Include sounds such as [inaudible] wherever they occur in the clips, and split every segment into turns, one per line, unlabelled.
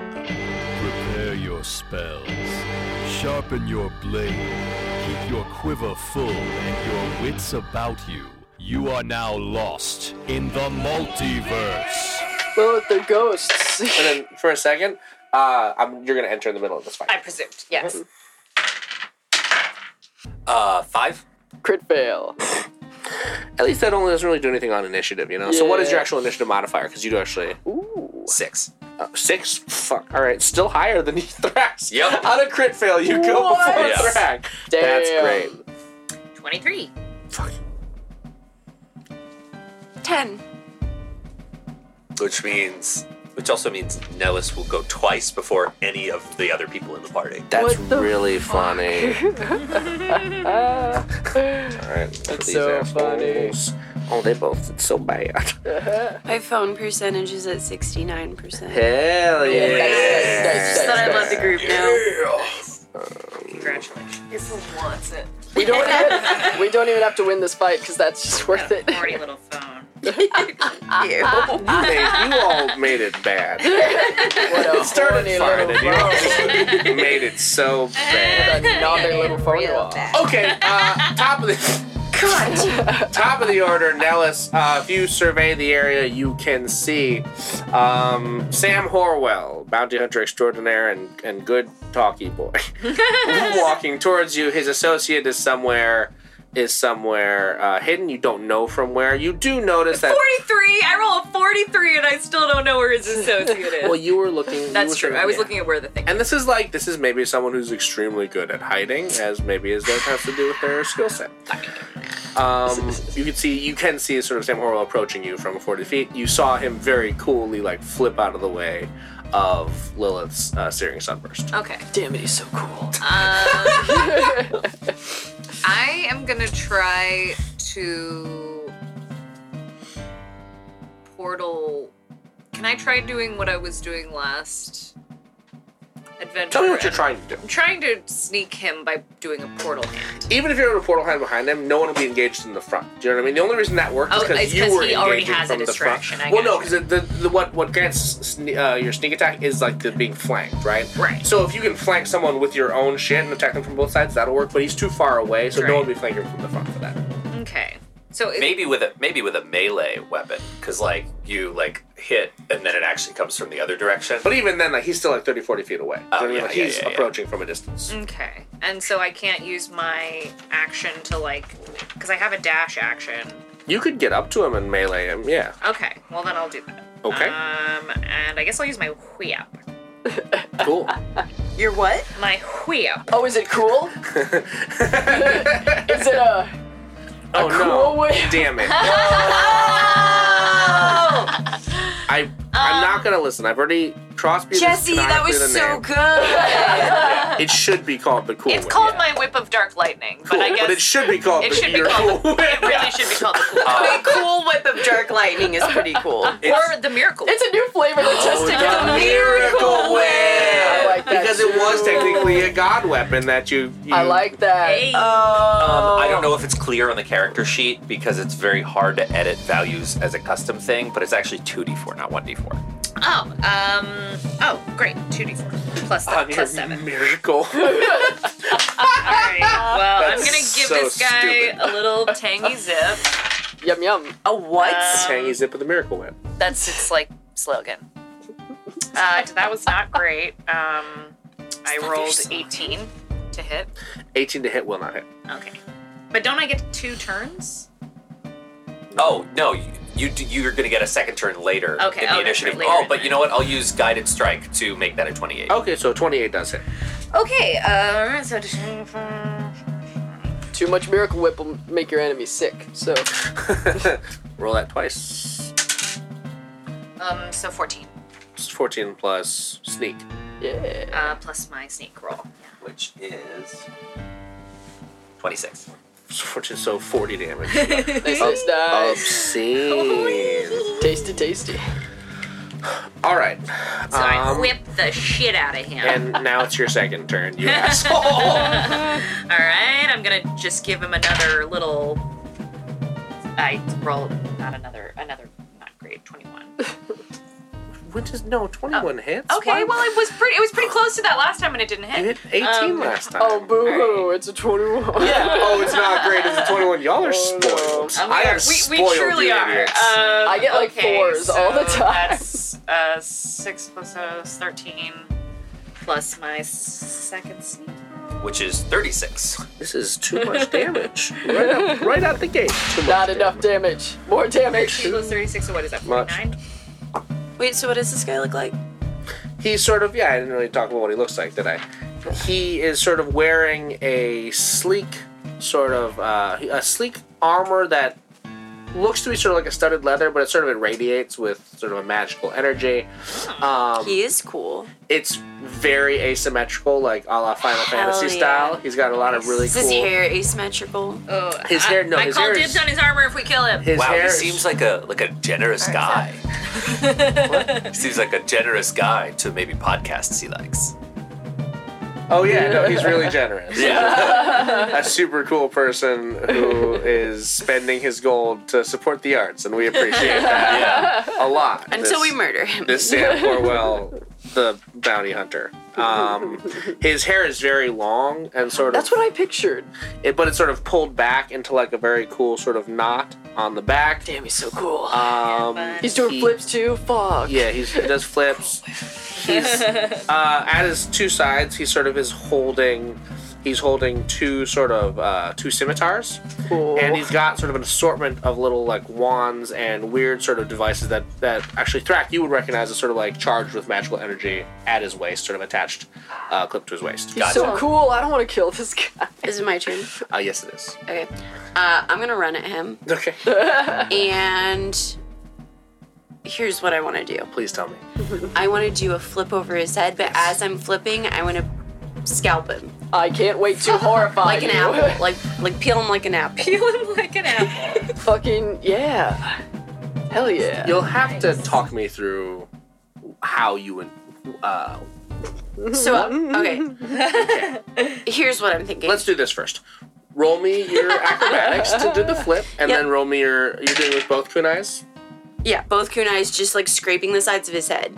Prepare your spells. Sharpen your blade. Keep your quiver full and your wits about you. You are now lost in the multiverse.
Well, with their ghosts.
And then for a second, uh, I'm, you're gonna enter in the middle of this fight.
I presumed, yes.
Uh, five.
Crit fail.
At least that only doesn't really do anything on initiative, you know. So what is your
Yeah.
actual initiative modifier? Because you do actually
Ooh.
six. Uh, six. Fuck. All right. Still higher than [laughs] Thrax.
Yep.
On a crit fail, you go
What?
before
Yes.
Thrax. That's
Damn.
great.
23.
Fuck.
Ten.
which means, which also means Nellis will go twice before any of the other people in the party.
That's
What the [laughs]
really funny. All right.
That's so funny.
funny. Oh, they both did so
[laughs]
bad.
My phone percentage is at 69%.
Hell yeah.
Just thought I love the group now.
Congratulations.
This wants it.
We don't even, we don't even have to win this fight because that's just worth it.
Party little phone.
You, made, you all made it bad.
What a
It started
horny
fine,
little
and you all
bro.
made it so bad.
Another little phone
Real
wall.
bad.
Okay,
[laughs]
uh, top of the [laughs] top of the order, Nellis. Uh, if you survey the area, you can see um, Sam Horwell, bounty hunter extraordinaire and, and good talky
[laughs]
boy, walking towards you. His associate is somewhere is somewhere uh, hidden. You don't know from where. You do notice that.
43. I roll a 43 and I still don't know where his associate is.
Well, you were looking. you
That's
were
true.
surveying-
I was
yeah.
looking at where the thing.
And this is like this is maybe someone who's extremely good at hiding, as maybe as does have to do with their skill set. Um, you can see you can see sort of Sam Horwell approaching you from 40 feet. You saw him very coolly like flip out of the way of Lilith's uh, searing sunburst.
Okay.
Damn it, he's so cool.
I am gonna try to portal. Can I try doing what I was doing last adventure?
Tell me what you're trying to do.
I'm trying to sneak him by doing a portal hand.
Even if you're in a portal hand behind them, no one will be engaged in the front. Do you know what I mean? The only reason that works
Oh,
is because
it's
you
'cause
were
he already
engaging
has a
from the front.
distraction, I
well, no,
gotcha.
because the, the what what grants sne- uh, your sneak attack is like the being flanked, right?
Right.
So if you can flank someone with your own shit and attack them from both sides, that'll work. But he's too far away, so
Right.
no one will be flanking from the front for that.
Okay. So is,
Maybe with a maybe with a melee weapon, because like you like hit and then it actually comes from the other direction.
But even then, like he's still like 30, 40 feet away. Do you
Oh,
know what I mean?
yeah,
Like,
yeah,
he's
yeah, yeah.
approaching from a distance.
okay, and so I can't use my action to like, because I have a dash action.
You could get up to him and melee him. Yeah.
Okay. Well, then I'll do that.
Okay.
Um, and I guess I'll use my whip. Uh,
Cool.
You're what?
My whip.
Oh, is it
[laughs]
cool? is it a
oh
cool
no!
way?
Damn
[laughs]
it! I I'm
Um,
not gonna listen. I've already Crosby. is
Jesse, that
canonically
was
the
so
name.
good.
It should be called the cool.
It's
Whip.
called my whip of dark lightning,
Cool,
but I guess
it should be called
it
the
should be
your
called
cool.
it
[laughs]
really should be called the cool.
A cool whip of dark lightning is pretty cool.
or the miracle.
It's a new flavor that just
The
got me.
miracle
I
whip.
like that.
Oh, Because it was
too.
technically a god weapon that you. you
I like that.
Hey.
Um, I don't know if it's clear on the character sheet because it's very hard to edit values as a custom thing, but it's actually 2d4, not 1d4.
oh, um, oh, great, two d four plus the,
on your
plus seven.
[laughs]
miracle.
All right, well, I'm
That's
gonna give
so
this guy
stupid.
a little tangy zip.
[laughs]
Uh,
Yum yum. Oh,
A what?
Tangy zip of the miracle whip.
That's its like slogan. [laughs] Uh, that was not great. Um, I rolled eighteen to hit.
18 to hit will not hit.
Okay, but don't I get two turns?
Oh, no, you, you, do- you're going to get a second turn later
Okay,
in
oh,
the
that's
initiative.
right, later
oh,
in
but
the-
you know what? I'll use Guided Strike to make that a 28.
Okay, so 28 does hit. [laughs]
Okay, uh, so uh,
Too much miracle whip will make your enemy sick. So
Roll that twice.
um, so fourteen.
It's 14 plus sneak.
yeah.
uh, plus my sneak roll.
Which is 26.
It's 14, so 40 damage.
Nice,
Oh.
nice, nice.
Obscene.
Tasty, tasty.
All right.
So I
Um,
whip the shit out of him.
And now it's your second turn,
[laughs]
you asshole.
All right, I'm gonna just give him another little. I roll not another another not great twenty one.
which is no 21 hits.
Okay,
Why-
well it was pretty. It was pretty close to that last time, and it didn't
you
hit.
hit 18
Um,
last time.
Oh, boo hoo. It's a 21.
Yeah. [laughs] Oh, it's not great. It's a 21. Y'all are spoiled.
Um,
I
we
am
are- we,
spoiled.
we truly
you
are.
idiots.
Um,
I get, like,
okay,
fours all the
so
time.
That's uh, six plus oh is thirteen, plus my second sneak.
which is 36.
This is too much damage. right, out, right out the gate. Too much
Not enough damage. More damage.
Thirteen plus thirty-six. So what is that?
Much.
Forty-nine.
Wait, so what does this guy look like?
He's sort of, yeah, I didn't really talk about what he looks like, did I? He is sort of wearing a sleek, sort of, uh, a sleek armor that looks to be sort of like a studded leather, but it sort of irradiates with sort of a magical energy. Um,
He is cool.
it's very asymmetrical, like a la Final Fantasy
yeah.
style. He's got a lot of really
is
cool.
his hair asymmetrical?
Oh,
His
I,
hair- no,
I
his
call
hair
dibs
is-
on his armor if we kill him. [laughs]
His
wow,
hair
he
is-
seems like a like a generous guy. He [laughs] seems like a generous guy to maybe podcasts he likes.
Oh yeah, no,
[laughs]
he's really generous.
Yeah.
a super cool person
[laughs]
who is spending his gold to support the arts, and we appreciate that
yeah.
a lot.
Until
This-
we murder him.
This
[laughs]
Sam Corwell, the bounty hunter. Um, his hair is very long and sort of
That's what I pictured.
it, but it's sort of pulled back into like a very cool sort of knot on the back.
Damn, he's so cool.
Um,
Uh, he's doing
he-
flips too. Fuck.
Yeah, he's, he
[laughs]
does flips. He's uh, at his two sides. He sort of is holding. He's holding two sort of uh, two scimitars,
Cool.
and he's got sort of an assortment of little like wands and weird sort of devices that that actually Thrak you would recognize as sort of like charged with magical energy at his waist, sort of attached, uh, clipped to his waist.
He's so cool. I don't want to kill this guy.
Is it my turn?
Uh, yes, it is.
Okay. Uh, I'm gonna run at him.
Okay,
And here's what I wanna do.
please tell me.
[laughs] I wanna do a flip over his head, but as I'm flipping, I wanna scalp him.
I can't wait
[laughs]
to horrify
Like an
you.
apple. Like like peel him like an apple.
Peel him like an
[laughs]
apple.
Fucking yeah. Hell yeah.
You'll have to talk me through how you and uh, [laughs]
So okay. Here's what I'm thinking.
Let's do this first. Roll me
[laughs]
your acrobatics to do the flip, and
Yep.
then roll me your. You're doing it with both kunais.
yeah, both kunais just like scraping the sides of his head.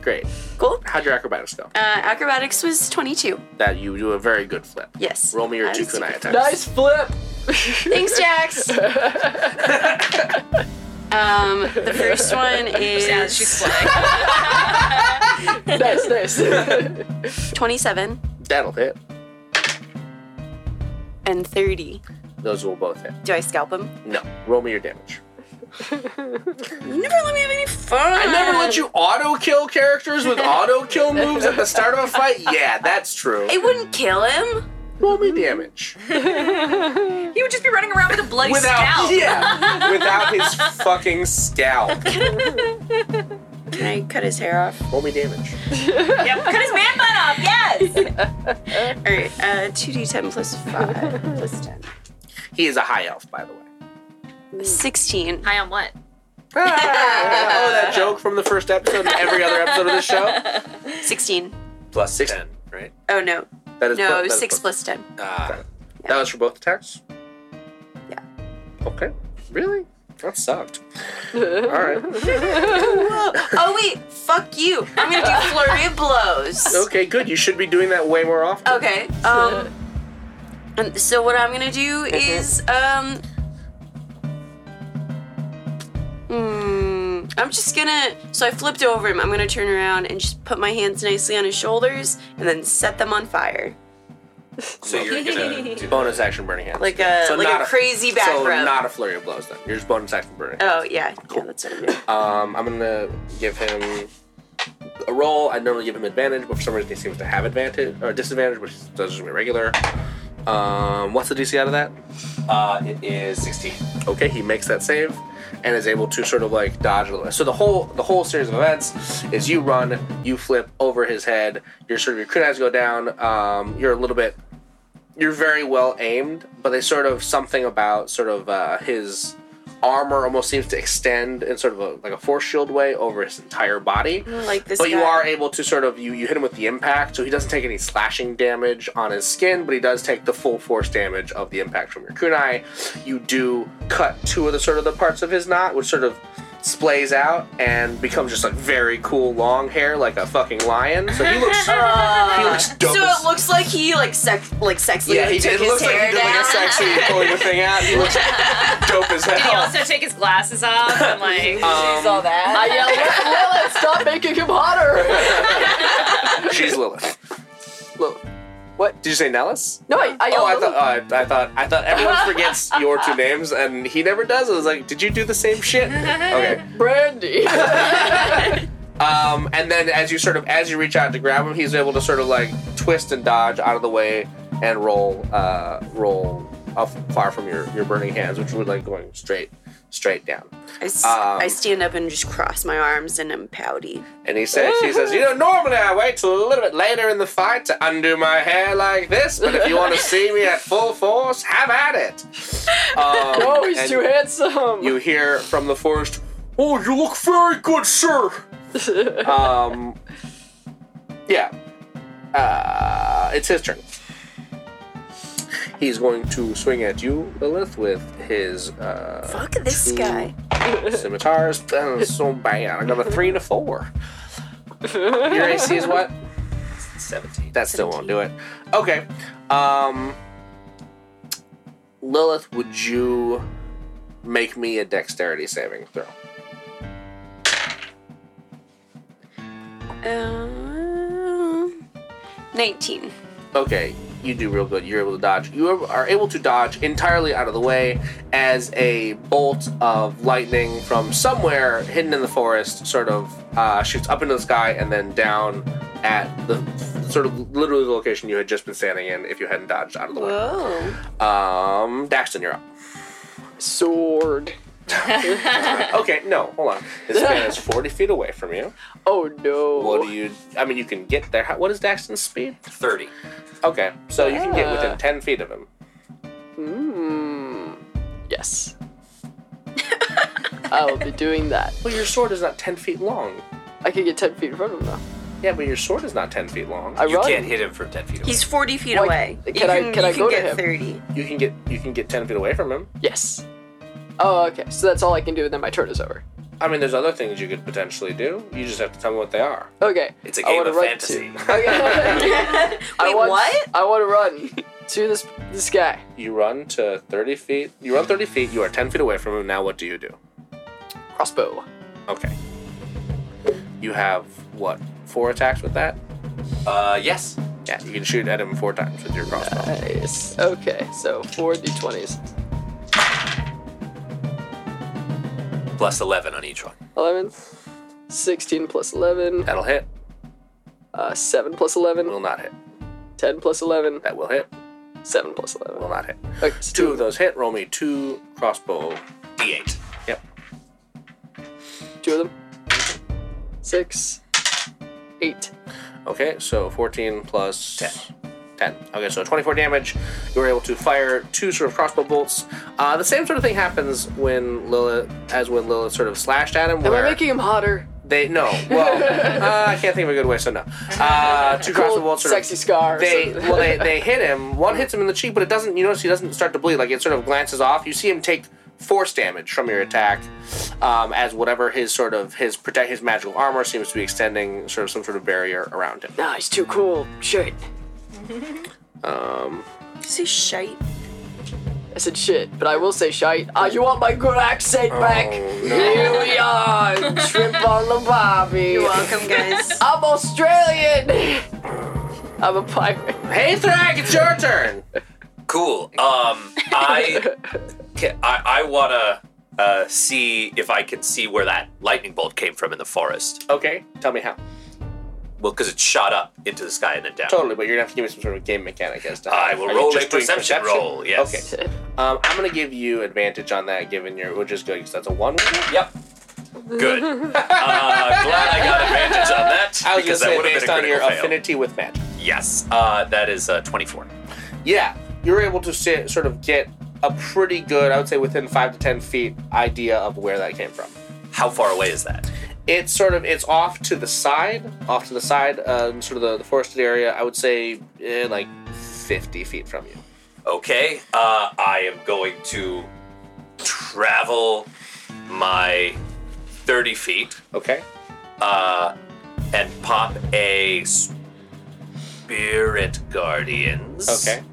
Great.
Cool.
How'd your acrobatics go?
Uh, acrobatics was 22.
That you do a very good flip.
Yes.
Roll me your
I
two
was
kunai attacks.
Nice flip.
[laughs] Thanks, Jax.
[laughs]
um, the first one
Yeah,
is
she's flying.
nice,
[laughs]
nice.
27
That'll hit.
and 30.
Those will both hit.
Do I scalp him?
No. Roll me your damage.
You never let me have any fun.
I never let you auto kill characters
[laughs]
with auto kill moves at the start of a fight. Yeah, that's true.
It wouldn't kill him.
Roll me
[laughs]
damage
he would just be running around with a bloody
without [laughs]
scalp.
[laughs]
yeah without his fucking scalp.
Can I cut his hair off?
Roll me damage.
Yep, cut his man bun off. Yes.
All right. Uh, 2d10 plus 5 [laughs] plus 10.
He is a high elf, by the way.
16.
High on what?
Ah, oh, that joke from the first episode and every other episode of the show.
16.
[laughs]
Plus
Six-
10, right?
Oh, no.
That is bu-
No,
that is
6
bu-
plus 10.
Uh,
That was for both attacks.
Yeah.
Okay. Really? That
[laughs]
sucked. All right.
Oh, wait. Fuck you.
[laughs]
I'm going to do flurry of blows.
Okay. Good. You should be doing that way more often. [laughs]
Okay. Um. And so what I'm gonna do is um. Hmm. I'm just gonna. So I flipped over him. I'm gonna turn around and just put my hands nicely on his shoulders and then set them on fire,
so you're
[laughs]
gonna do
Bonus action burning hands.
like a
So
like
not
a crazy back
So
rub.
not a flurry of blows then. You're just bonus action burning.
oh yeah, yeah, that's what I'm doing.
Um, I'm gonna give him a roll. I normally give him advantage, but for some reason he seems to have advantage or disadvantage, which does just be regular. Um, what's the DC out of that?
Uh, it is 16.
Okay, he makes that save and is able to sort of like dodge a little. So the whole the whole series of events is you run, you flip over his head, your sort of your crit eyes go down. Um, you're a little bit, you're very well aimed, but they sort of something about sort of uh, his armor almost seems to extend in sort of a, like a force shield way over his entire body.
Like this.
But you
guy.
are able to sort of you, you hit him with the impact, so he doesn't take any slashing damage on his skin, but he does take the full force damage of the impact from your kunai. You do cut two of the sort of the parts of his knot, which sort of splays out and becomes just like very cool long hair like a fucking lion. So he
[laughs]
looks he looks dope.
So
as-
it looks like he like sex like sexily
yeah,
like,
he
took
it
his
looks like
hair
he did like a
down.
sexy pulling the thing out. He
[laughs]
looks dope as
Did he
hell.
also take his glasses
[laughs]
off and like?
Um,
all that.
I yell, "Lil- Lilith, stop making him hotter!
She's Lilith.
Lilith.
Did you say Nellis?
No, I, I yell,
Oh, I
Lilith.
thought, oh, I, I thought I
[laughs]
thought everyone forgets your two names, and he never does. I was like, did you do the same shit?
[laughs]
Okay. [laughs]
Brandy.
Um, and then as you sort of as you reach out to grab him, he's able to sort of like twist and dodge out of the way and roll uh, roll up far from your, your burning hands, which would like going straight straight down.
I, s-
Um,
I stand up and just cross my arms and I'm pouty.
And he says, he says, you know, normally I wait till a little bit later in the fight to undo my hair like this, but if you want to see me at full force, have at it. Um,
no, Oh, he's
and
too handsome.
You hear from the forest, oh, you look very good, sir. um, yeah. Uh, it's his turn. He's going to swing at you, Lilith, with his uh,
Fuck this guy.
scimitars. That is so bad. I got a three and a four. Your AC is what?
17.
That still won't do it. Okay. Um, Lilith, would you make me a dexterity saving throw?
Um, 19.
Okay, you do real good. You're able to dodge. You are able to dodge entirely out of the way as a bolt of lightning from somewhere hidden in the forest sort of uh, shoots up into the sky and then down at the sort of literally the location you had just been standing in if you hadn't dodged out of the way.
Whoa.
Um, Daxton, you're up.
Sword.
Okay, no, hold on. This man [laughs] is 40 feet away from you.
Oh no.
What do you? I mean, you can get there. How, what is Daxton's speed?
30.
Okay, so you can get within
Yeah.
10 feet of him.
Mm,
[laughs]
yes. I will be doing that.
Well, your sword is not 10 feet long.
I could get 10 feet in front of him though.
Yeah, but your sword is not 10 feet long.
I
You
run.
can't hit him from 10 feet away.
He's 40 feet
Why-
away.
can
You
I-
can,
can
you
I go to
get
him?
30.
You can get you can get 10 feet away from him.
Yes. Oh, okay. So that's all I can do, and then my turn is over.
I mean, there's other things you could potentially do. You just have to tell me what they are.
Okay.
It's a
I
game
wanna
of
run
fantasy.
To,
[laughs]
okay. I
Wait,
want,
what?
I want to run to this this guy.
You run to 30 feet. You run 30 feet. You are 10 feet away from him. Now, what do you do?
Crossbow.
Okay. You have what? Four attacks with that?
Uh, yes.
Yeah, you can shoot at him four times with your crossbow.
Nice. Okay, so four d20s.
Plus 11 on each one.
11, 16 plus 11,
That'll hit.
uh, 7 plus 11,
Will not hit.
10 plus 11,
That will hit.
7 plus
Will
11.
not hit.
Okay, so
Two of those hit. Roll me two crossbow.
D8.
Yep.
Two of them. Six. Eight.
Okay, so 14 plus 10. 10. Okay, so 24 damage. You were able to fire two sort of crossbow bolts. Uh, the same sort of thing happens when Lilith, as when Lilith sort of slashed at him.
Am
where
I making him hotter?
they no.
[laughs]
Well, uh, I can't think of a good way. So no. Uh, two crossbow bolts. Sort
sexy
of,
scar. or
they
something.
well they, they hit him. One hits him in the cheek, but it doesn't. You notice he doesn't start to bleed. Like it sort of glances off. You see him take force damage from your attack, um, as whatever his sort of his protect his magical armor seems to be extending sort of some sort of barrier around him.
Nah, he's too cool. Shit.
Um,
Is he shite?
I said shit, but I will say shite. Ah, you want my good accent back? Here
no.
we are. Shrimp on the barbie.
You're welcome, guys.
[laughs] I'm Australian. [laughs] I'm a pirate.
Hey, Thrag, it's your turn.
Cool. Um, I, ca- I, I wanna uh, see if I can see where that lightning bolt came from in the forest.
Okay, tell me how.
Well, because it shot up into the sky and then down.
Totally, but you're gonna have to give me some sort of game mechanic as to. how-
I will
Are you
roll a
just doing
perception, roll. Yes.
Okay, um, I'm gonna give you advantage on that, given your which is good because that's a one.
Yep. Good. Uh, glad I got advantage on that
I was gonna
because that
say
would have
based
been a
on your
critical fail.
affinity with magic.
Yes. Uh, that is uh, 24.
Yeah, you're able to sit, sort of get a pretty good, I would say, within five to ten feet idea of where that came from.
How far away is that?
It's sort of it's off to the side, off to the side, um, sort of the, the forested area. I would say eh, like fifty feet from you.
Okay, uh, I am going to travel my 30 feet
Okay.
uh, and pop a Spirit Guardians.
Okay.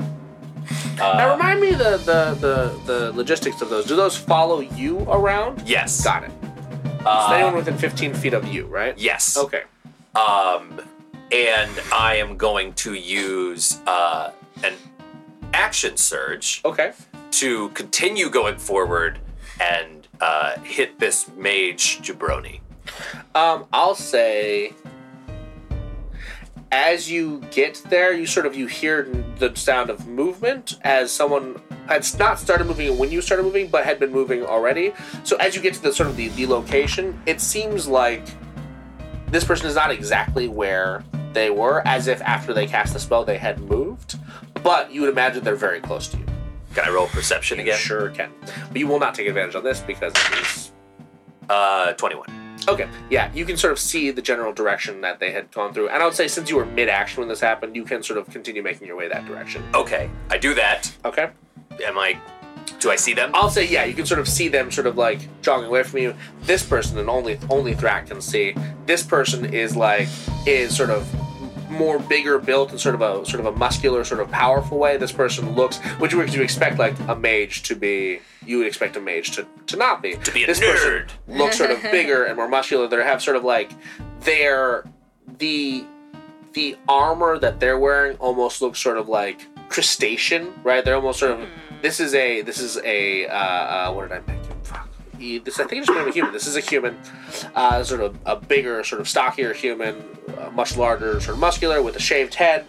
now
Uh,
remind me the, the the the logistics of those. Do those follow you around?
yes.
Got it.
Uh,
Is anyone within 15 feet of you, right?
Yes.
Okay.
Um, and I am going to use uh, an action surge
Okay.
to continue going forward and uh, hit this mage jabroni.
Um, I'll say as you get there, you sort of you hear the sound of movement as someone had not started moving when you started moving, but had been moving already. So as you get to the sort of the, the location, it seems like this person is not exactly where they were, as if after they cast the spell they had moved. But you would imagine they're very close to you.
Can I roll perception
You
again?
sure can. But you will not take advantage on this because it is
Uh, 21.
Okay, yeah, you can sort of see the general direction that they had gone through. And I would say, since you were mid action when this happened, you can sort of continue making your way that direction.
Okay, I do that.
Okay?
Am I? Do I see them?
I'll say, yeah, you can sort of see them sort of like jogging away from you. This person, and only only Thrak can see, this person is like, is sort of more bigger built in sort of a sort of a muscular sort of powerful way this person looks which would you expect like a mage to be you would expect a mage to, to not be
To be a
this
nerd.
person looks sort of bigger and more muscular they have sort of like their the the armor that they're wearing almost looks sort of like crustacean, right? They're almost sort of
Hmm.
this is a this is a uh, uh, what did I make him? Fuck. He- This I think I just made him a human. This is a human, uh, sort of a bigger, sort of stockier human, uh, much larger, sort of muscular, with a shaved head,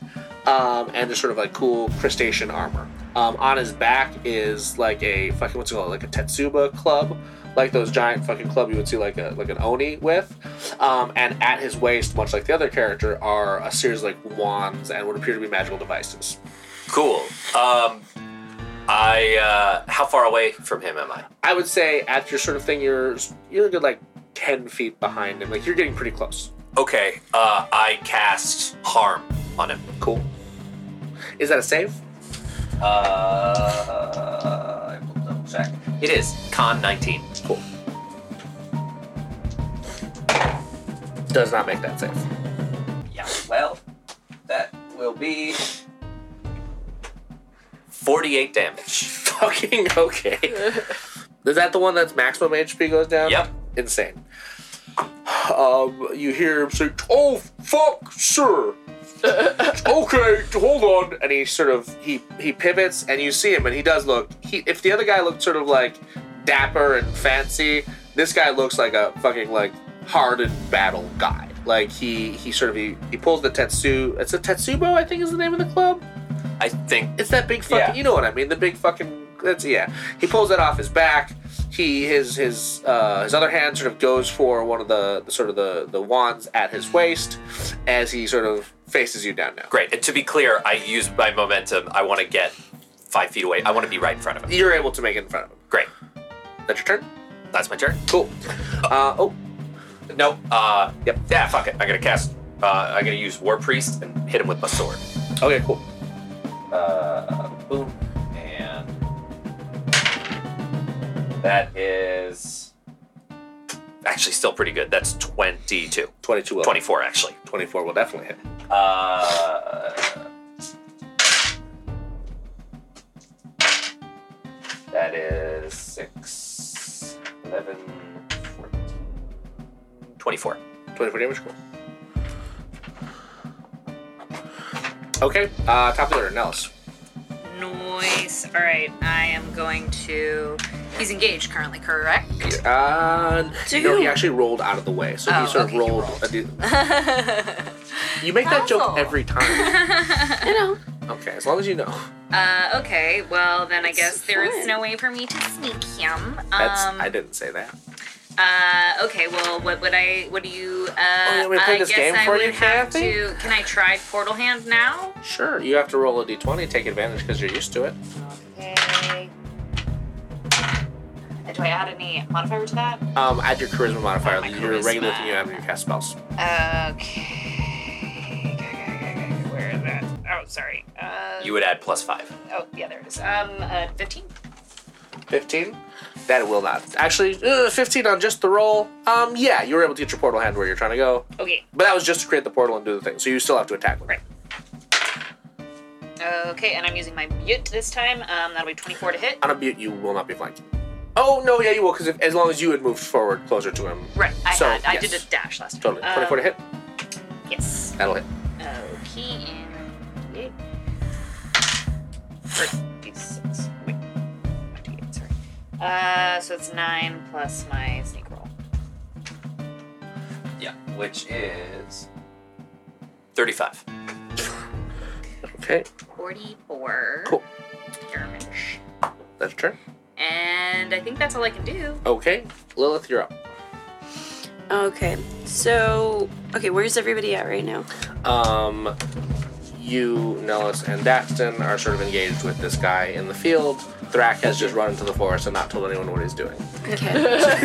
um, and just sort of like cool crustacean armor. Um, on his back is like a fucking what's it called, like a Tetsuba club, like those giant fucking club you would see like a like an oni with. Um, and at his waist, much like the other character, are a series of like wands and what appear to be magical devices.
Cool. Um, I. Uh, how far away from him am I?
I would say at your sort of thing, you're you're a good like ten feet behind him. Like you're getting pretty close.
Okay. Uh, I cast harm on him.
Cool. Is that a save?
Uh, I will double check. It is con 19.
Cool. Does not make that save.
Yeah, well, that will be 48 [laughs] damage.
Fucking okay. Is that the one that's maximum HP goes down?
Yep.
Insane. Um, you hear him say, "Oh fuck, sir." okay, hold on. And he sort of he he pivots, and you see him, and he does look. He if the other guy looked sort of like dapper and fancy, this guy looks like a fucking like hardened battle guy. Like he he sort of he, he pulls the tetsu. It's a tetsubo, I think, is the name of the club.
I think.
It's that big fucking.
Yeah.
You know what I mean? The big fucking. That's yeah. He pulls that off his back. He his his uh, his other hand sort of goes for one of the, the sort of the the wands at his waist as he sort of faces you down now.
Great. And to be clear, I use my momentum. I want to get five feet away. I want to be right in front of him.
You're able to make it in front of him.
Great.
That's your turn.
That's my turn.
Cool. Uh, oh,
No. Uh,
Yep.
Yeah, fuck it. I'm going to cast. Uh, I'm going to use War Priest and hit him with my sword.
okay, cool.
Uh, boom. And. That is. Actually, still pretty good. That's 22.
Twenty-two. will.
24, actually.
Twenty-four will definitely hit.
Uh, that is 6, 11, 14, 24.
Twenty-four damage. Cool. Okay. Uh, top of the order, Nellis.
Noise. All right, I am going to. He's engaged currently, correct?
Uh, no, he
Dude.
actually rolled out of the way, so
Oh,
he sort
okay,
of
he
rolled. a d-
[laughs]
You make that joke
Puzzle.
every
[laughs]
time.
You know,
okay, as long as you know.
uh, okay, well then I
It's
guess there is
fun.
no way for me to sneak him. Um,
That's I didn't say that.
uh, okay, well what would I? What do you? Uh,
Oh, you want me to play
I
this
guess
game
I
for
would
you,
have
Kathy?
to. Can I try Portal Hand now?
Sure, you have to roll a d20, take advantage because you're used to it.
Okay. Uh, Do I add any modifier to that?
Um, add your charisma modifier,
My
your regular
charisma.
thing you have when you cast spells.
Okay. Where is that? Oh, sorry. Uh,
You would add plus 5.
oh, yeah, there it is. Um, uh, 15.
15. That will not. Actually, uh, 15 on just the roll. Um, yeah, you were able to get your portal hand where you're trying to go.
Okay.
But that was just to create the portal and do the thing. So you still have to attack with it.
Right. Okay, and I'm using my mute this time. Um, that'll be 24 to hit.
On a butte, you will not be flanked. Oh, no, yeah, you will, because as long as you had moved forward closer to him.
Right. Uh, I
So,
had. I
yes.
did a dash last time.
Totally. 24 to hit.
Um, Yes.
That'll hit.
Okay, and yay. 36. Wait. 58, sorry. Uh, so it's 9 plus my sneak roll.
Yeah, which is 35.
Okay,
44
Cool.
damage.
that's your turn.
And I think that's all I can do.
Okay, Lilith, you're up.
Okay. So, okay, where's everybody at right now?
Um, you, Nellis, and Daxton are sort of engaged with this guy in the field. Thrak has just run into the forest and not told anyone what he's doing. [laughs]
Okay.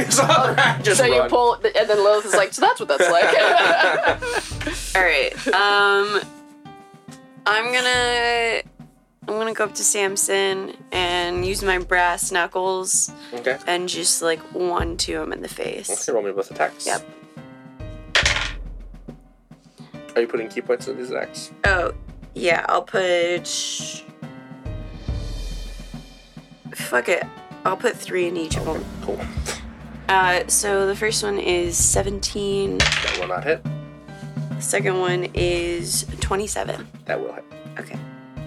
so Thrak just
so you
run.
pull, and then Lilith is like, so that's what that's like. [laughs]
[laughs] All right. Um, I'm gonna I'm gonna go up to Samson and use my brass knuckles
okay.
and just like one to him in the face.
Okay, roll me both attacks.
Yep.
Are you putting key points in these attacks?
Oh, yeah. I'll put. Fuck it. I'll put three in each of them.
Cool.
Uh, so the first one is 17.
That will not hit.
The second one is 27.
That will hit.
Okay.
Roll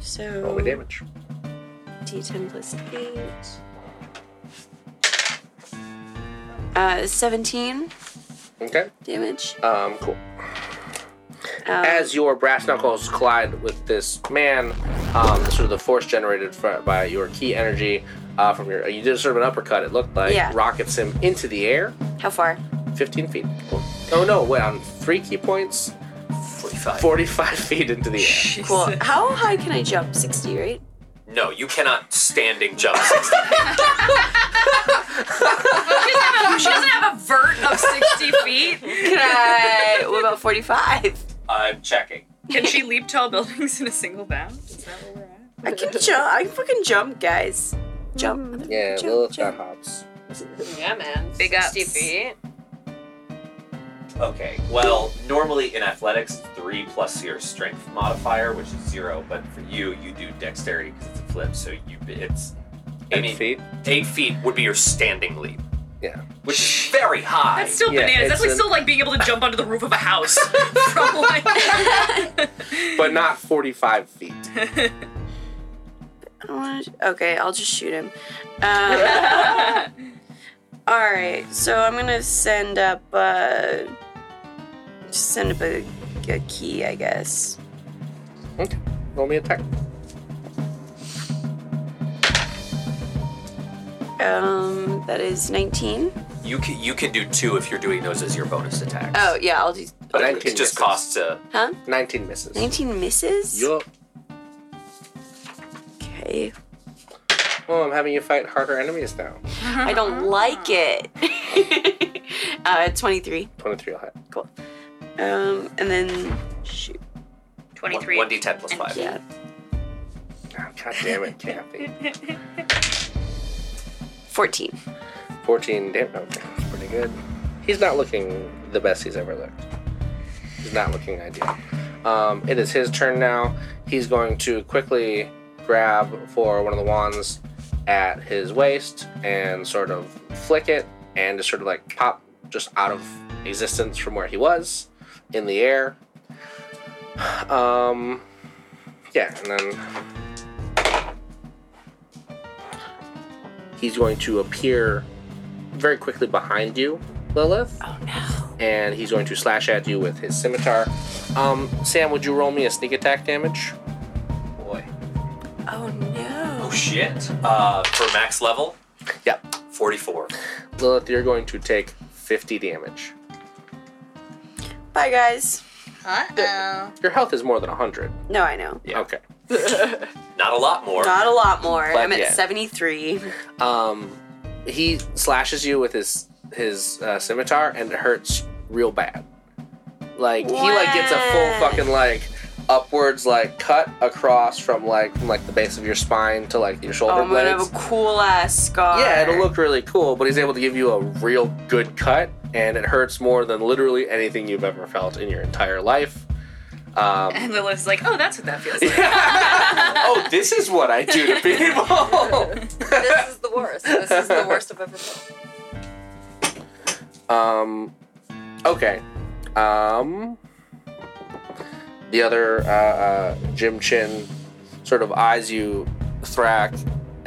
So
me damage.
d10 plus 8. Uh, 17
Okay.
damage.
Um, cool.
Um,
As your brass knuckles collide with this man, um, sort of the force generated fr by your key energy uh, from your, you did sort of an uppercut. It looked like
Yeah.
rockets him into the air,
how far?
15 feet. Cool. Oh no! Wait, on three key points,
45.
45 [laughs] feet into the air.
Cool. How high can I jump? 60, right?
No, you cannot standing jump 60.
She doesn't have a, she doesn't have a vert of
[laughs]
60 feet.
Can I? What about 45?
I'm checking.
Can she leap tall buildings in a single bound? Is that what we're at?
I can jump. I can fucking jump, guys. Jump.
Yeah,
jump,
Lilith got
jump.
hops.
Yeah, man.
Big ups.
60 feet.
Okay, well, normally in athletics, it's 3 plus your strength modifier, which is 0, but for you, you do dexterity because it's a flip, so you it's. I mean,
Eight feet.
8 feet would be your standing leap,
Yeah.
which is very high.
That's still
Yeah,
bananas.
it's
That's like
an-
still like being able to jump onto the roof of a house. [laughs] From
[laughs]
like,
But not 45 feet.
[laughs]
I don't wanna- Okay, I'll just shoot [laughs] him. Um, all right, so I'm gonna send up, uh, just send up a, a key, I guess.
Okay. Roll me attack.
Um, that is 19.
You can you can do two if you're doing those as your bonus attacks.
Oh yeah, I'll do.
but
okay.
it, it just costs uh, a.
Huh?
19 misses.
19 misses.
Yup.
Okay.
Oh, I'm having you fight harder enemies now.
I don't like it. [laughs] uh, 23.
23 will hit.
Um, and then shoot.
23.
One d ten plus five.
Yeah.
Oh, God damn it, Kathy.
14.
14 damn. Okay, that's pretty good. He's not looking the best he's ever looked. He's not looking ideal. Um, it is his turn now. He's going to quickly grab for one of the wands at his waist and sort of flick it and just sort of like pop just out of existence from where he was in the air. Um, yeah, and then he's going to appear very quickly behind you, Lilith. Oh no. And he's going to slash at you with his scimitar. Um, Sam, would you roll me a sneak attack damage?
Boy.
Oh no.
Oh shit. Uh, for max level,
Yep.
forty four.
Lilith, you're going to take 50 damage.
Bye guys.
Uh-oh.
Your health is more than 100.
No, I know.
Yeah.
Okay.
Not a lot more.
Not a lot more.
But
I'm at
yeah.
73.
Um, he slashes you with his his uh, scimitar and it hurts real bad. Like he like gets a full
What?
fucking like upwards, like cut across from like from, like the base of your spine to like your shoulder
Oh, I'm gonna
blades.
have a cool ass scar.
Yeah, it'll look really cool, but he's able to give you a real good cut, and it hurts more than literally anything you've ever felt in your entire life. Um,
And Lilith's like, oh, that's what that feels like.
[laughs] oh, this is what I [laughs] do to people.
this is the worst. This is the worst I've ever felt.
um, okay. Um, the other uh, uh, Jim Chin sort of eyes you, Thrack,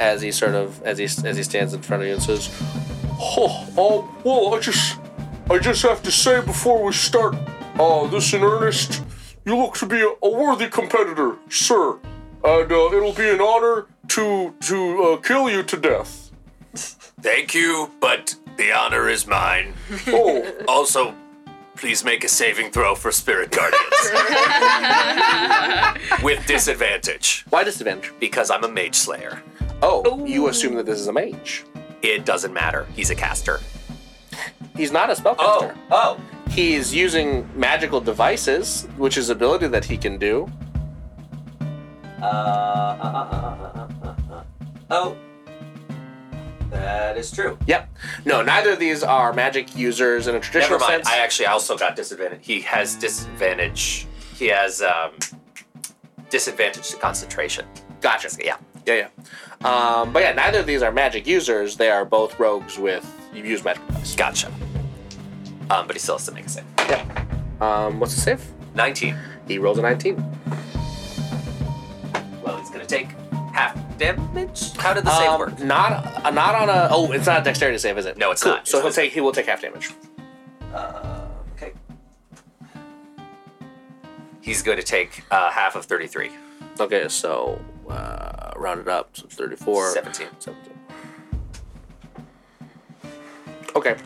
as he sort of as he as he stands in front of you and says, "Oh, oh well, I just I just have to say before we start uh, this in earnest, you look to be a, a worthy competitor, sir, and uh, it'll be an honor to to uh, kill you to death."
Thank you, but the honor is mine.
Oh.
[laughs] Also, please make a saving throw for Spirit Guardians. With disadvantage,
Why disadvantage?
because I'm a Mage Slayer.
Oh, you assume that this is a mage.
It doesn't matter. He's a caster.
He's not a spellcaster.
Oh, oh.
He's using magical devices, which is ability that he can do.
Uh, uh, uh, uh, uh, uh, uh, uh. Oh. That is true.
Yep. No, neither of these are magic users in a
Never
traditional
mind.
sense.
I actually also got disadvantage. He has disadvantage. He has um, disadvantage to concentration.
gotcha.
Yeah.
Yeah, yeah. Um, but yeah, neither of these are magic users. They are both rogues with you use magic device.
Gotcha. Um, but he still has to make a save.
Um, what's the save?
19.
He rolls a 19.
Well, he's going to take half damage. How did the save
Um,
work?
Not, uh, not on a. Oh, it's not a dexterity save, is it?
No, it's
Cool.
not.
So
It's
he'll
wisdom.
take. He will take half damage.
Uh, okay. He's going to take uh, half of 33.
Okay, so uh, round it up. So it's 34.
17.
17. Okay.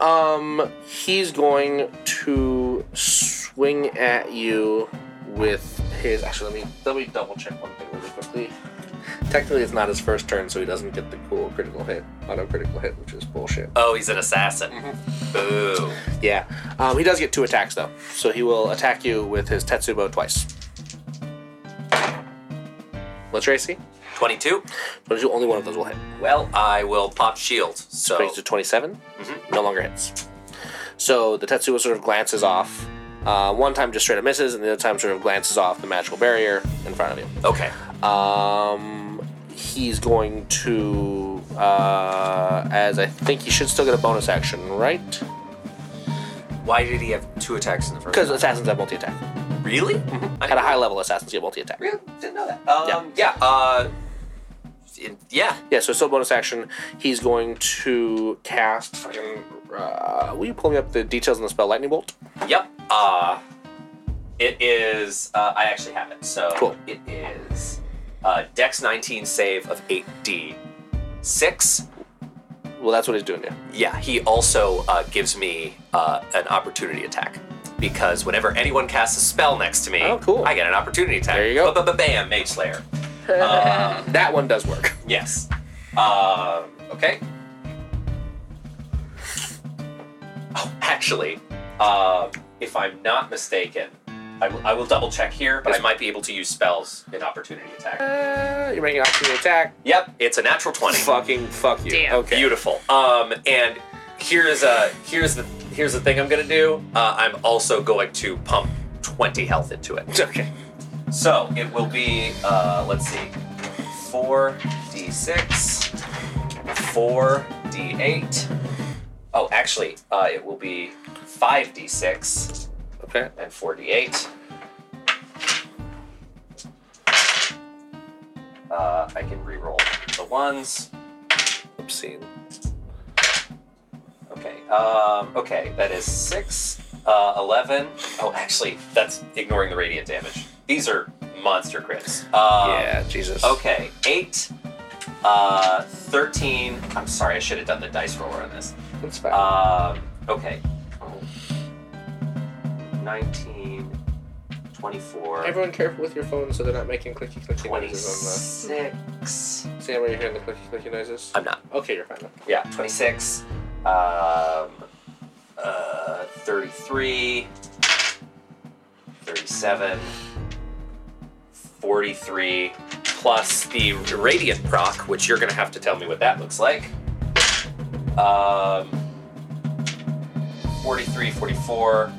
Um, he's going to swing at you with his. Actually, let me let me double check one thing really quickly. Technically, it's not his first turn, so he doesn't get the cool critical hit, auto critical hit, which is bullshit.
Oh, he's an assassin.
Mm-hmm.
Boo.
Yeah, um, he does get two attacks though, so he will attack you with his Tetsubo twice. What's your AC?
22.
But only one of those will hit.
Well, I will pop shield. So
brings to 27 no longer hits so the tetsuo sort of glances off uh, one time just straight up misses and the other time sort of glances off the magical barrier in front of you
okay.
um, he's going to uh, as i think he should still get a bonus action right
Why did he have two attacks in the first?
because
round?
assassins have multi-attack
really, I
at a
didn't
high level assassins get multi-attack
Really didn't know that. Um, yeah. uh, in- yeah.
yeah so still bonus action he's going to cast fucking, uh, will you pull me up the details on the spell lightning bolt
Yep. Uh, it is. Uh, I actually have it. So
Cool.
it is uh, Dex 19 save of 8D. Six.
well that's what he's doing yeah
Yeah. He also uh, gives me uh, an opportunity attack because whenever anyone casts a spell next to me,
Oh, cool.
I get an opportunity attack.
There you go.
Bam, Mage Slayer. Um,
that one does work
Yes. Um, okay. Oh, actually, um, if I'm not mistaken, I will, I will double check here, but I might be able to use spells in opportunity attack.
Uh, you're making an opportunity attack.
Yep, it's a natural twenty.
Fucking fuck you.
Damn.
[laughs] Okay.
Beautiful. Um, and here's uh here's the here's the thing I'm gonna do. Uh, I'm also going to pump twenty health into it.
Okay.
So it will be, uh, let's see, 4d6, 4d8. Oh, actually, uh, it will be 5d6
Okay.
and 4d8. Uh, I can re-roll the ones.
Obscene.
Okay. Um, okay, that is 6, uh, 11. Oh, actually, that's ignoring the radiant damage. These are monster crits. Um,
yeah, Jesus.
Okay, eight, uh, 13. I'm sorry, I should have done the dice roller on this.
That's fine.
Um, okay. 19, 24,
Everyone careful with your phone so they're not making clicky clicky noises
26.
on the. Sam, are you hearing the clicky clicky noises?
I'm not.
Okay, you're fine.
Yeah, 26, um, uh, 33, 37, 43, plus the radiant proc, which you're going to have to tell me what that looks like. Um, 43, 44,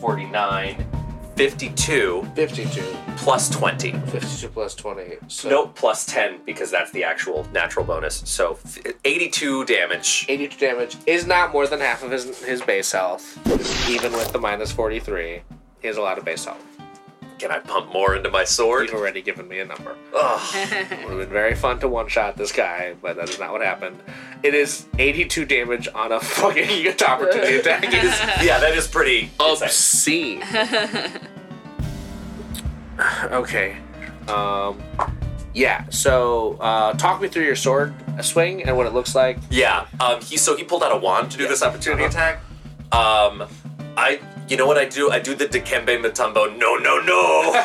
49, 52,
52.
plus 20.
52 plus 20. So
Nope, plus 10 because that's the actual natural bonus. So f- 82 damage.
82 damage is not more than half of his, his base health. Even with the minus 43, he has a lot of base health.
Can I pump more into my sword?
You've already given me a number.
Ugh.
It would have been very fun to one shot this guy, but that is not what happened. It is 82 damage on a [laughs] fucking opportunity attack. It is [laughs]
Yeah, that is pretty. insightful.
obscene. [sighs] okay. Um, yeah, so uh, talk me through your sword swing and what it looks like.
Yeah. Um, he so he pulled out a wand to do this
Uh-huh.
opportunity attack. Um, I you know what I do? I do the Dikembe Matumbo. No, no, no. [laughs]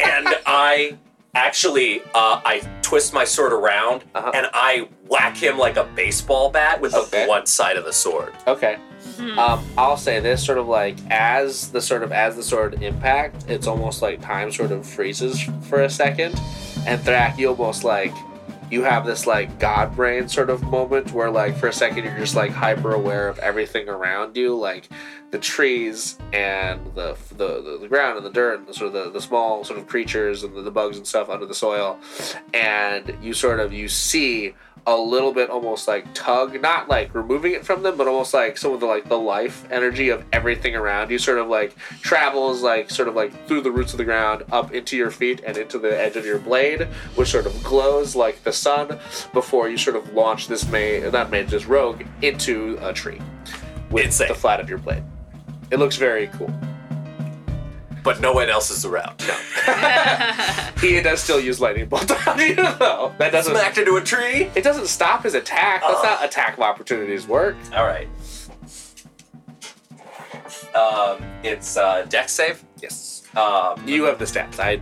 and I actually uh, I twist my sword around
Uh-huh.
and I whack him like a baseball bat with
Okay.
the one side of the sword.
Okay. Um, I'll say this sort of like as the sort of as the sword impact, it's almost like time sort of freezes for a second, and Thrak, you almost like you have this like god brain sort of moment where like for a second you're just like hyper aware of everything around you, like the trees and the the, the, the ground and the dirt and the sort of the, the small sort of creatures and the, the bugs and stuff under the soil, and you sort of you see a little bit almost like tug, not like removing it from them, but almost like some of the like the life energy of everything around you sort of like travels like sort of like through the roots of the ground up into your feet and into the edge of your blade, which sort of glows like the sun before you sort of launch this may not mage this rogue into a tree with
Insane.
the flat of your blade. It looks very cool.
But no one else is around.
He does still use lightning bolt [laughs] on you though. That doesn't
Smacked into a tree.
it doesn't stop his attack. That's not attack of opportunities work.
All right. Um, it's uh, deck save.
Yes.
Um,
You have the stats. I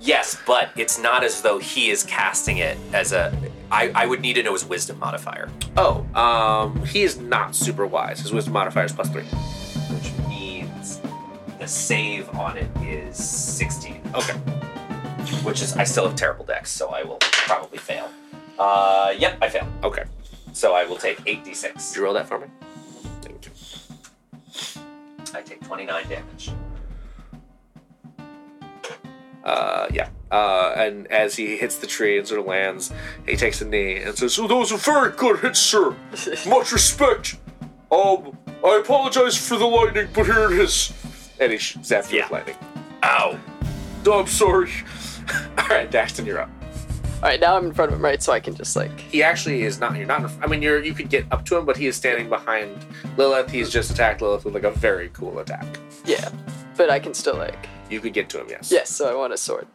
Yes, but it's not as though he is casting it as a. I, I would need to know his wisdom modifier,
Oh, um, he is not super wise. His wisdom modifier is plus three.
which means the save on it is 16.
Okay.
Which is, I still have terrible decks, so I will probably fail. Uh, yep, I fail.
Okay.
So I will take
Did
8d6.
you roll that for me? Thank you.
I take 29 damage.
Uh, yeah. Uh, and as he hits the tree and sort of lands, he takes a knee and says, "So those are very good hits, sir. Much respect. Um, I apologize for the lightning, but here it is." And he shoots after
Yeah.
the lightning.
Ow!
I'm sorry. [laughs] All right, Daxton, you're up.
All right, now I'm in front of him, right? So I can just like.
He actually is not. You're not. in fr- I mean, you're. You could get up to him, but he is standing behind Lilith. He's just attacked Lilith with like a very cool attack.
Yeah, but I can still like.
You could get to him, yes.
Yes, so I want a sword.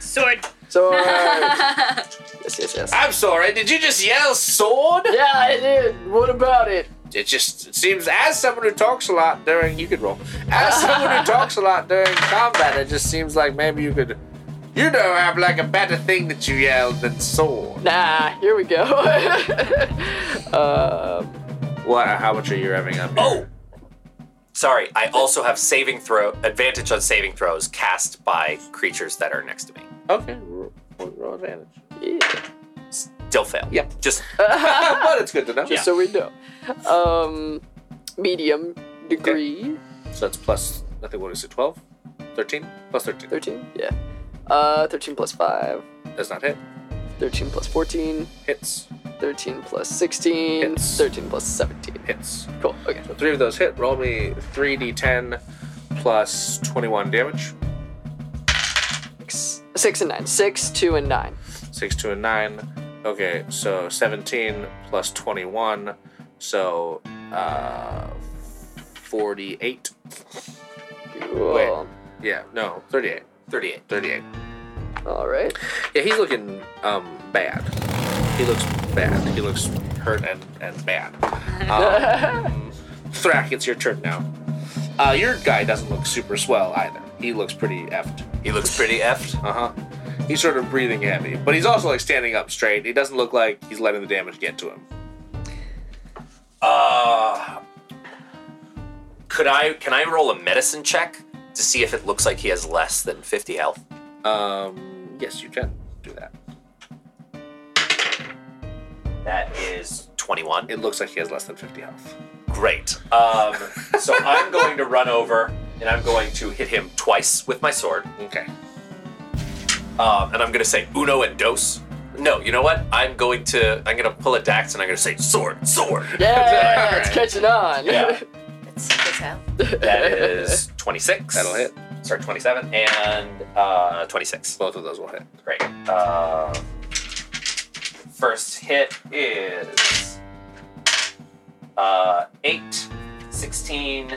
Sword.
[laughs] Sword. yes, yes, yes.
I'm sorry, did you just yell sword?
Yeah, I did. What about it?
It just it seems as someone who talks a lot during you could roll. As someone who talks a lot during combat, it just seems like maybe you could you know have like a better thing that you yell than sword.
Nah, here we go. [laughs] um,
What how much are you having up? here?
Oh! Sorry, I also have saving throw advantage on saving throws cast by creatures that are next to me.
Okay. Roll, roll advantage. [laughs]
yeah,
Still fail.
Yep.
Just
but it's good to know.
just so we know. Um, medium degree,
So that's plus I think what is it, 12? 13? Plus 13.
13? Yeah. Uh, 13 plus 5,
Does not hit.
13 plus 14,
Hits.
13 plus 16,
Hits.
13 plus 17.
Hits.
Cool, okay.
So three of those hit. Roll me 3d10 plus 21 damage.
Six, six and nine. Six, two, and nine.
six, two, and nine. Okay, so seventeen plus twenty-one, so uh, forty-eight.
Cool.
Wait. Yeah, no, thirty-eight.
38.
Thirty-eight.
All right.
Yeah, he's looking um bad. He looks bad. He looks hurt and and bad. Um, Thrak, it's your turn now. Uh, your guy doesn't look super swell either. He looks pretty effed.
He looks pretty effed.
Uh huh. He's sort of breathing heavy, but he's also like standing up straight. He doesn't look like he's letting the damage get to him.
Uh, Could I? Can I roll a medicine check to see if it looks like he has less than fifty health?
Um, yes, you can do that.
That is
Twenty-one.
It looks like he has less than 50 health.
Great.
um, so I'm going to run over and I'm going to hit
Hit him twice with my sword,
Okay.
um, and I'm gonna say uno and dos. No, you know what? I'm going to. I'm gonna pull a dax and I'm gonna say sword, sword.
Yeah, it's
Alright.
catching on.
[laughs]
Yeah.
It's good hell.
that is 26.
That'll hit.
Sorry, 27 and uh, 26.
Both of those will hit.
Great. Uh, first hit is uh, 8, 16,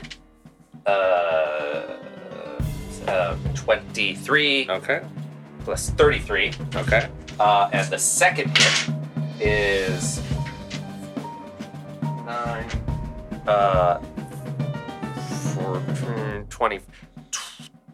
uh, uh, 23,
Okay.
plus 33.
Okay.
Uh, and the second hit is 9, uh, four, mm, 20,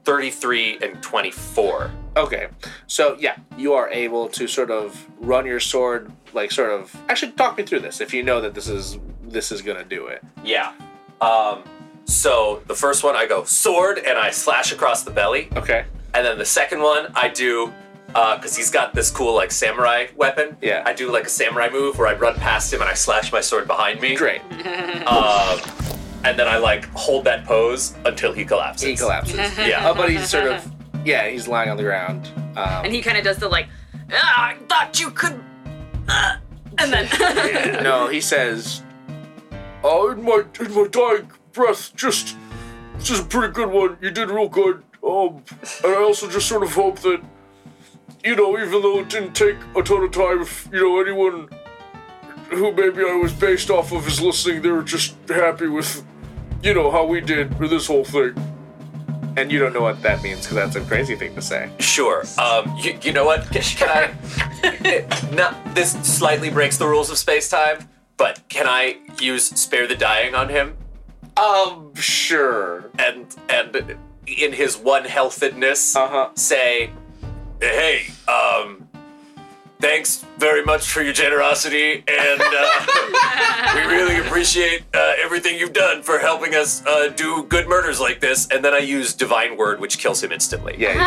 33, and 24.
Okay. So, yeah, you are able to sort of run your sword, like, sort of. Actually, talk me through this if you know that this is this is gonna do it.
Yeah. Um,
So the first one I go sword and I slash across the belly,
Okay.
and then the second one I do because he's got this cool like samurai weapon.
Yeah.
I do like a samurai move where I run past him and I slash my sword behind me.
Great.
Um, and then I like hold that pose until he collapses.
He collapses.
Yeah.
Uh, but he's sort of. Yeah, he's lying on the ground. Um,
And he kind of does the like, ah, I thought you could. Uh, and then. [laughs]
no, he says, "Oh, in my in my dying breath, just just a pretty good one. You did real good. Um, and I also just sort of hope that, you know, even though it didn't take a ton of time, if, you know, anyone who maybe I was based off of is listening, they're just happy with, you know, how we did with this whole thing." And you don't know what that means because that's a crazy thing to say.
Sure. Um, you, you know what? Can, can
[laughs]
I? no, this slightly breaks the rules of space time, but can I use spare the dying on him?
Um, sure.
and and in his one healthedness
Uh-huh.
say hey um thanks very much for your generosity and uh, we really appreciate uh, everything you've done for helping us uh, do good murders like this and then i use divine word which kills him instantly
Yeah.
[laughs]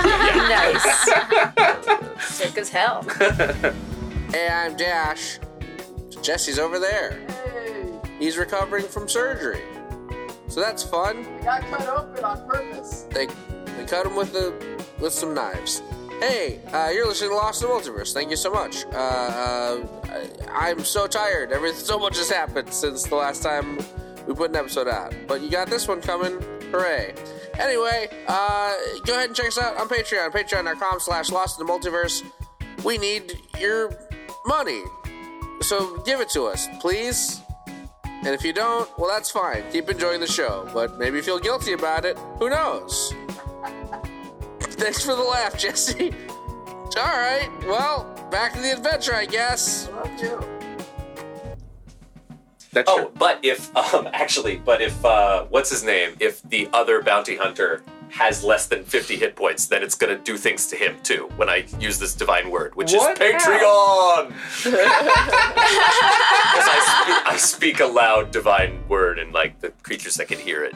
Nice. Sick as hell.
Hey, I'm Dash. Jesse's over there. He's recovering from surgery. So that's fun.
I got cut open on purpose.
They they cut him with the with some knives. Hey, uh, you're listening to Lost in the Multiverse. Thank you so much. Uh, uh, I- I'm so tired. Everything so much has happened since the last time we put an episode out. But you got this one coming. Hooray. Anyway, uh, go ahead and check us out on Patreon. Patreon.com slash Lost in the Multiverse. We need your money. So give it to us, please. And if you don't, well, that's fine. Keep enjoying the show, but maybe feel guilty about it. Who knows? [laughs] Thanks for the laugh, Jesse. [laughs] All right, well, back to the adventure, I guess.
That's
oh but if [laughs] um actually but if uh what's his name if the other bounty hunter has less than 50 hit points then it's gonna do things to him too when i use this divine word which is
What?
patreon Because I, spe- I speak a loud divine word, and like the creatures that can hear it.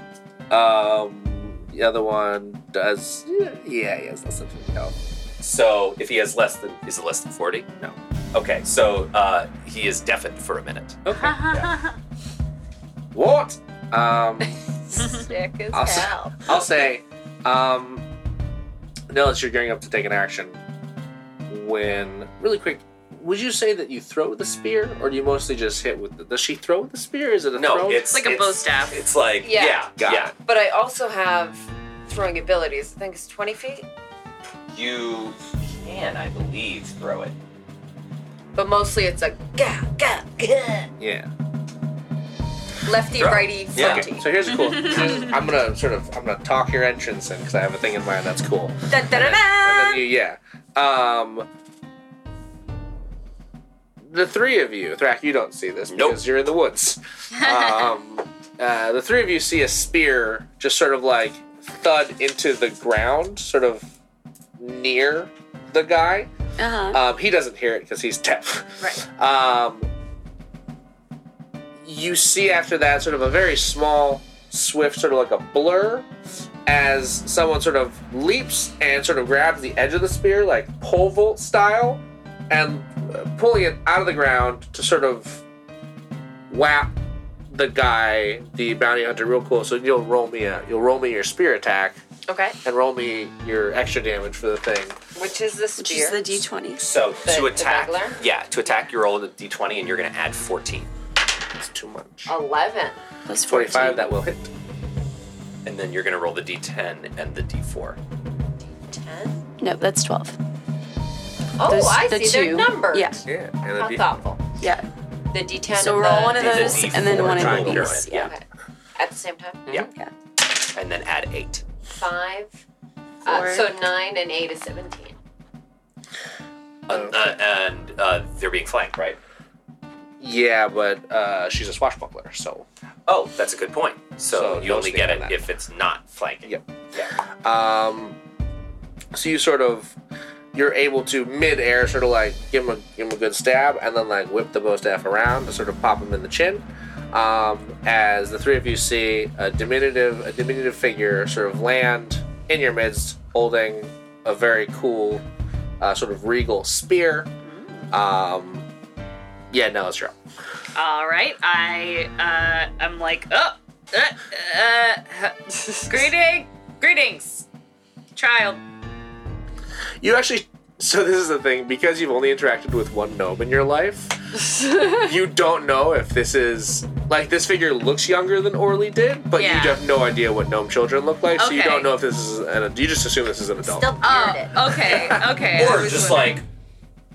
Um, the other one does. Yeah, he has less than 50 health.
So if he has less than, is it less than forty?
No.
Okay, so uh, he is deafened for a minute.
[laughs]
What? Um,
[laughs] Sick as
Awesome.
hell.
I'll say, um, Nellis, you're gearing up to take an action. When, really quick, would you say that you throw the spear, or do you mostly just hit with the. Does she throw the spear? Is it a
No,
throw?
it's
like a
it's-
bow staff.
It's like
Yeah.
yeah, yeah.
Got
But I also have throwing abilities. I think it's 20 feet.
you can, I believe, throw it.
But mostly it's a ga, ga, ga.
Yeah.
Lefty,
Throw.
righty,
Yeah.
fronty.
Okay, so here's a cool.
[laughs]
I'm gonna sort of, I'm gonna talk your entrance in because I have a thing in mind that's cool.
Dun, dun, dun,
And
dun.
then you, yeah. Um, the three of you, Thrak, you don't see this
Nope.
because you're in the woods. Um,
[laughs]
uh, the three of you see a spear just sort of like thud into the ground, sort of near the guy.
Uh huh.
Um, he doesn't hear it because he's deaf.
Right.
Um, you see after that sort of a very small swift, sort of like a blur, as someone sort of leaps and sort of grabs the edge of the spear, like pole vault style, and uh, pulling it out of the ground to sort of whap the guy, the bounty hunter, real cool. So you'll roll me a, you'll roll me your spear attack
Okay.
and roll me your extra damage for the thing.
Which is the
Which is the d20.
So
The-
to
the
attack,
regular?
yeah, to attack, you roll a d20 and you're going to add 14,
It's too much.
11.
Plus 14.
25, that will hit.
and then you're going to roll the d10 and the d4.
10.
No, that's 12.
Oh,
Those-
I
the
see. They're
two.
numbered.
Yeah.
Yeah, and
How
a D-
thoughtful.
Yeah.
The D10.
So
and
roll
the-
one of
the
those
D4
and then one of
triangle
these.
pyramid,
Yeah.
Okay. At the same time.
Yeah.
Yeah.
And then add 8.
Five. Uh,
Four.
so nine and eight is seventeen.
Uh, uh, and uh, they're being flanked, right?
Yeah, but uh, she's a swashbuckler, so.
Oh, that's a good point. So,
So
you
no
only
sneak
get
on
it
that.
if it's not flanking.
Yep. Um, so you sort of, you're able to mid-air sort of like give him a give him a good stab, and then like whip the bow staff around to sort of pop him in the chin. Um, as the three of you see a diminutive a diminutive figure sort of land in your midst, holding a very cool uh, sort of regal spear. Um, yeah, no, it's true.
All right. I uh, I'm like, oh, uh, uh, [laughs] greeting, greetings, child.
You actually. So this is the thing because you've only interacted with one gnome in your life. you don't know if this is like this figure looks younger than Orly did, but
Yeah.
you have no idea what gnome children look like, so you
Okay.
don't know if this is an. You just assume this is an adult.
Still bearded.
Oh, [laughs] okay, okay. I
Or
was
just
wondering.
like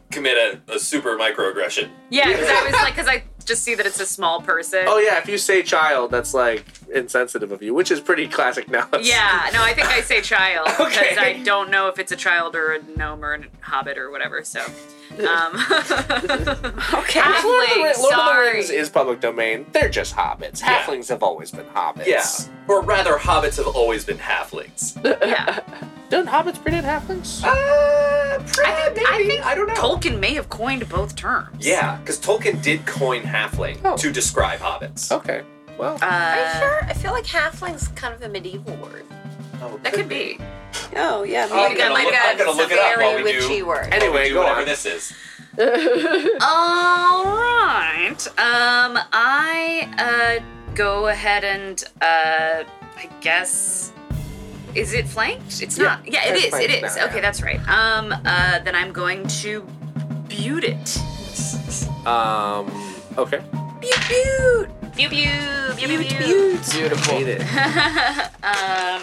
commit a, a super microaggression.
yeah, because I was like, because I just see that it's a small person.
oh yeah, if you say child, that's like insensitive of you, which is pretty classic now. [laughs]
Yeah, no, I think I say child because
Okay.
I don't know if it's a child or a gnome or a hobbit or whatever. So, um, [laughs] okay,
Lord, of the, Ri- Lord of the
sorry.
Rings is public domain. They're just hobbits. Halflings have always been hobbits.
Yeah. Or rather, hobbits have always
[laughs]
been halflings.
Uh,
yeah,
Don't hobbits predate halflings?
I think, I think
I don't know.
Tolkien may have coined both terms.
Yeah, because Tolkien did coin halfling
Oh.
to describe hobbits.
okay. Well,
Are you
Uh,
sure? I feel like halfling's kind of a medieval word.
Oh,
That could be.
Oh, yeah.
Oh, I'm
maybe.
gonna,
Like
look, I'm
a
gonna look it up while
very
we
witchy
do.
word.
while we
Anyway,
do
go
whatever
on.
this is.
All right. Um, I uh go ahead and uh, I guess is it flanked? It's not. Yeah, it
it's
is. It
flanked
is.
now,
okay,
yeah.
that's right. Um, uh, then I'm going to butte it.
um, okay.
Pew pew pew pew pew.
Beautiful.
um,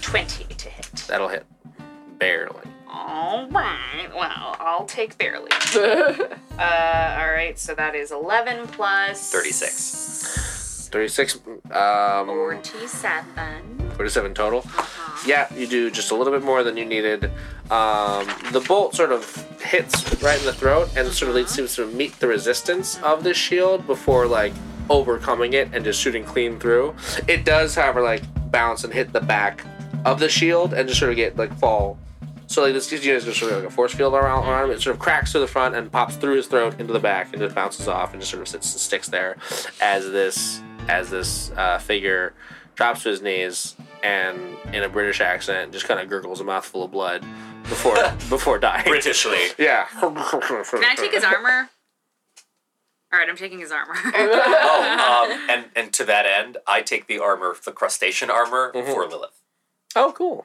twenty to hit.
That'll hit. Barely.
All right. Well, I'll
[laughs]
take barely. uh, all right. So that is eleven plus
36.
36, um,
47.
47 total. Yeah, you do just a little bit more than you needed. Um, the bolt sort of hits right in the throat and sort of leads, seems to meet the resistance of this shield before like overcoming it and just shooting clean through. It does, however, like bounce and hit the back of the shield and just sort of get like fall. So like this gives you guys just sort of like a force field around, around him. It sort of cracks through the front and pops through his throat into the back and just bounces off and just sort of sits and sticks there as this as this uh, figure drops to his knees and in a British accent just kind of gurgles a mouthful of blood before before dying.
Britishly.
Yeah.
Can I
[laughs]
take his armor? All right, I'm taking his armor.
[laughs] Oh, um, and, and to that end, I take the armor, the crustacean armor
Mm-hmm.
for Lilith.
Oh, cool.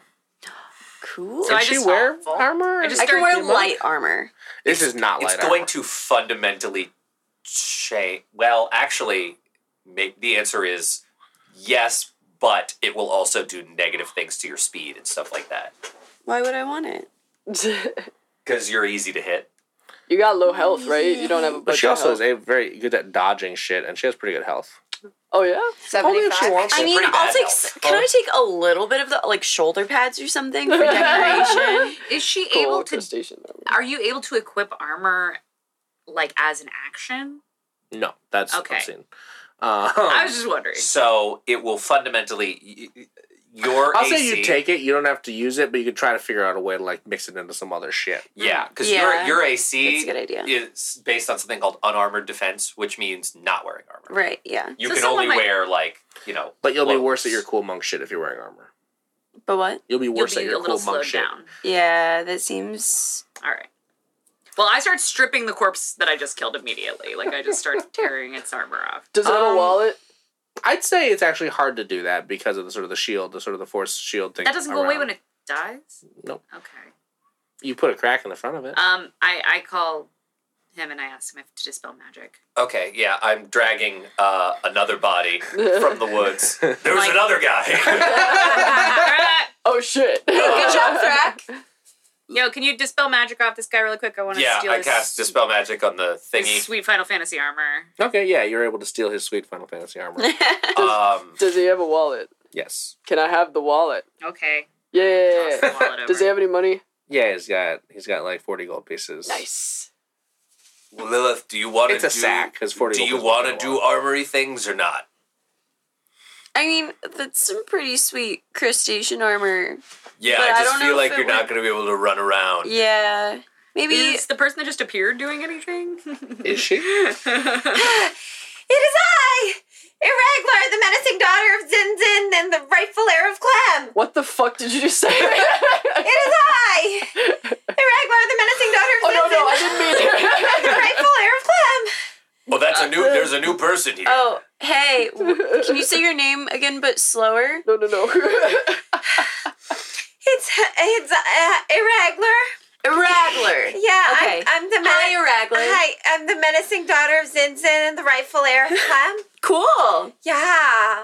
Cool.
So I
Does she
just
wear
fall.
armor?
I just
I can
start
wear
being
light armor.
this is not
it's
light
going
armor.
to fundamentally change. Well, actually, make, the answer is yes, but it will also do negative things to your speed and stuff like that
Why would I want it?
because you're easy to hit.
[laughs] you got low health, right? You don't have a
But
bunch
she
of
also is
health.
a very good at dodging shit, and she has pretty good health.
Oh yeah.
Only if she
Seventy-five.
wants
I
it.
mean,
pretty
I'll
bad
take.
health.
s- Can I take a little bit of the like shoulder pads or something for decoration?
Is she
Cool
able to?
crustacean armor.
Are you able to equip armor like as an action?
No, that's
Okay.
obscene. Uh,
I was just wondering.
So it will fundamentally. y- y- your
I'll say
AC
you take it. You don't have to use it, but you can try to figure out a way to like mix it into some other shit.
Yeah, because
Yeah.
your your AC
That's a good idea.
is based on something called unarmored defense, which means not wearing armor.
Right, yeah.
You
So
can
someone
only
might-
wear like you know.
But you'll be
clothes.
worse at your cool monk shit if you're wearing armor.
But what?
You'll be worse
be
at
a
your
little
cool monk
slowed
shit.
down.
Yeah, that seems.
All right. Well, I start stripping the corpse that I just killed immediately. Like I
[laughs]
just start tearing its armor off.
Does it
Um,
have a wallet?
I'd say it's actually hard to do that because of the sort of the shield, the sort of the force shield thing.
That doesn't go away when
around.
it dies.
Nope.
Okay.
you put a crack in the front of it.
Um, I I call him and I ask him if to dispel magic.
[laughs]
[laughs]
Okay, yeah, I'm dragging uh, another
[laughs]
body from the woods.
[laughs]
There was
Like-
another guy. Uh,
Oh
[laughs]
shit.
[laughs]
Good job,
Thrak.
Yo, can you dispel magic off this guy really quick? I want to
yeah,
steal
I
his,
cast dispel magic on the
his
[laughs]
thingy.
sweet Final Fantasy armor.
okay, yeah, you're able to steal his sweet Final Fantasy
[laughs]
armor.
Um,
[laughs] Does he have a wallet?
yes.
Can I have the wallet?
Okay. Toss the
Yeah.
[laughs] wallet
Does he
over.
have any money?
Yeah, he's got he's got like forty gold pieces.
Nice.
well, Lilith, do you want to?
It's a
do,
sack, 'cause 40
Do you
gold is more
want to
than a
do armory things or not?
I mean, that's some pretty sweet crustacean armor.
Yeah,
But I
I just
don't know
feel like
if it
you're not
would-
going to be able to run
[laughs]
around.
Yeah. Maybe.
Is the person that just appeared doing anything? [laughs]
Is she?
It is I, Iraglar, the menacing daughter of Zinzin and the rightful heir of Clem.
What the fuck did you just say?
It [laughs] is
[laughs]
I, Iraglar, the menacing daughter
[laughs]
of
Oh, no,
Zinzin.
no, I didn't mean
[laughs]
[laughs]
it.
the rightful heir of Clem.
Well, Oh, that's a new. There's a new person here.
Oh, hey, w- can you say your name again but slower?
no, no, no.
[laughs] It's it's uh, Iraglar.
Iragler.
Yeah,
Okay.
I'm, I'm the
Hi, Iragler.
Hi, I'm the menacing daughter of Zinzin and the rightful heir of Clem.
Cool.
yeah,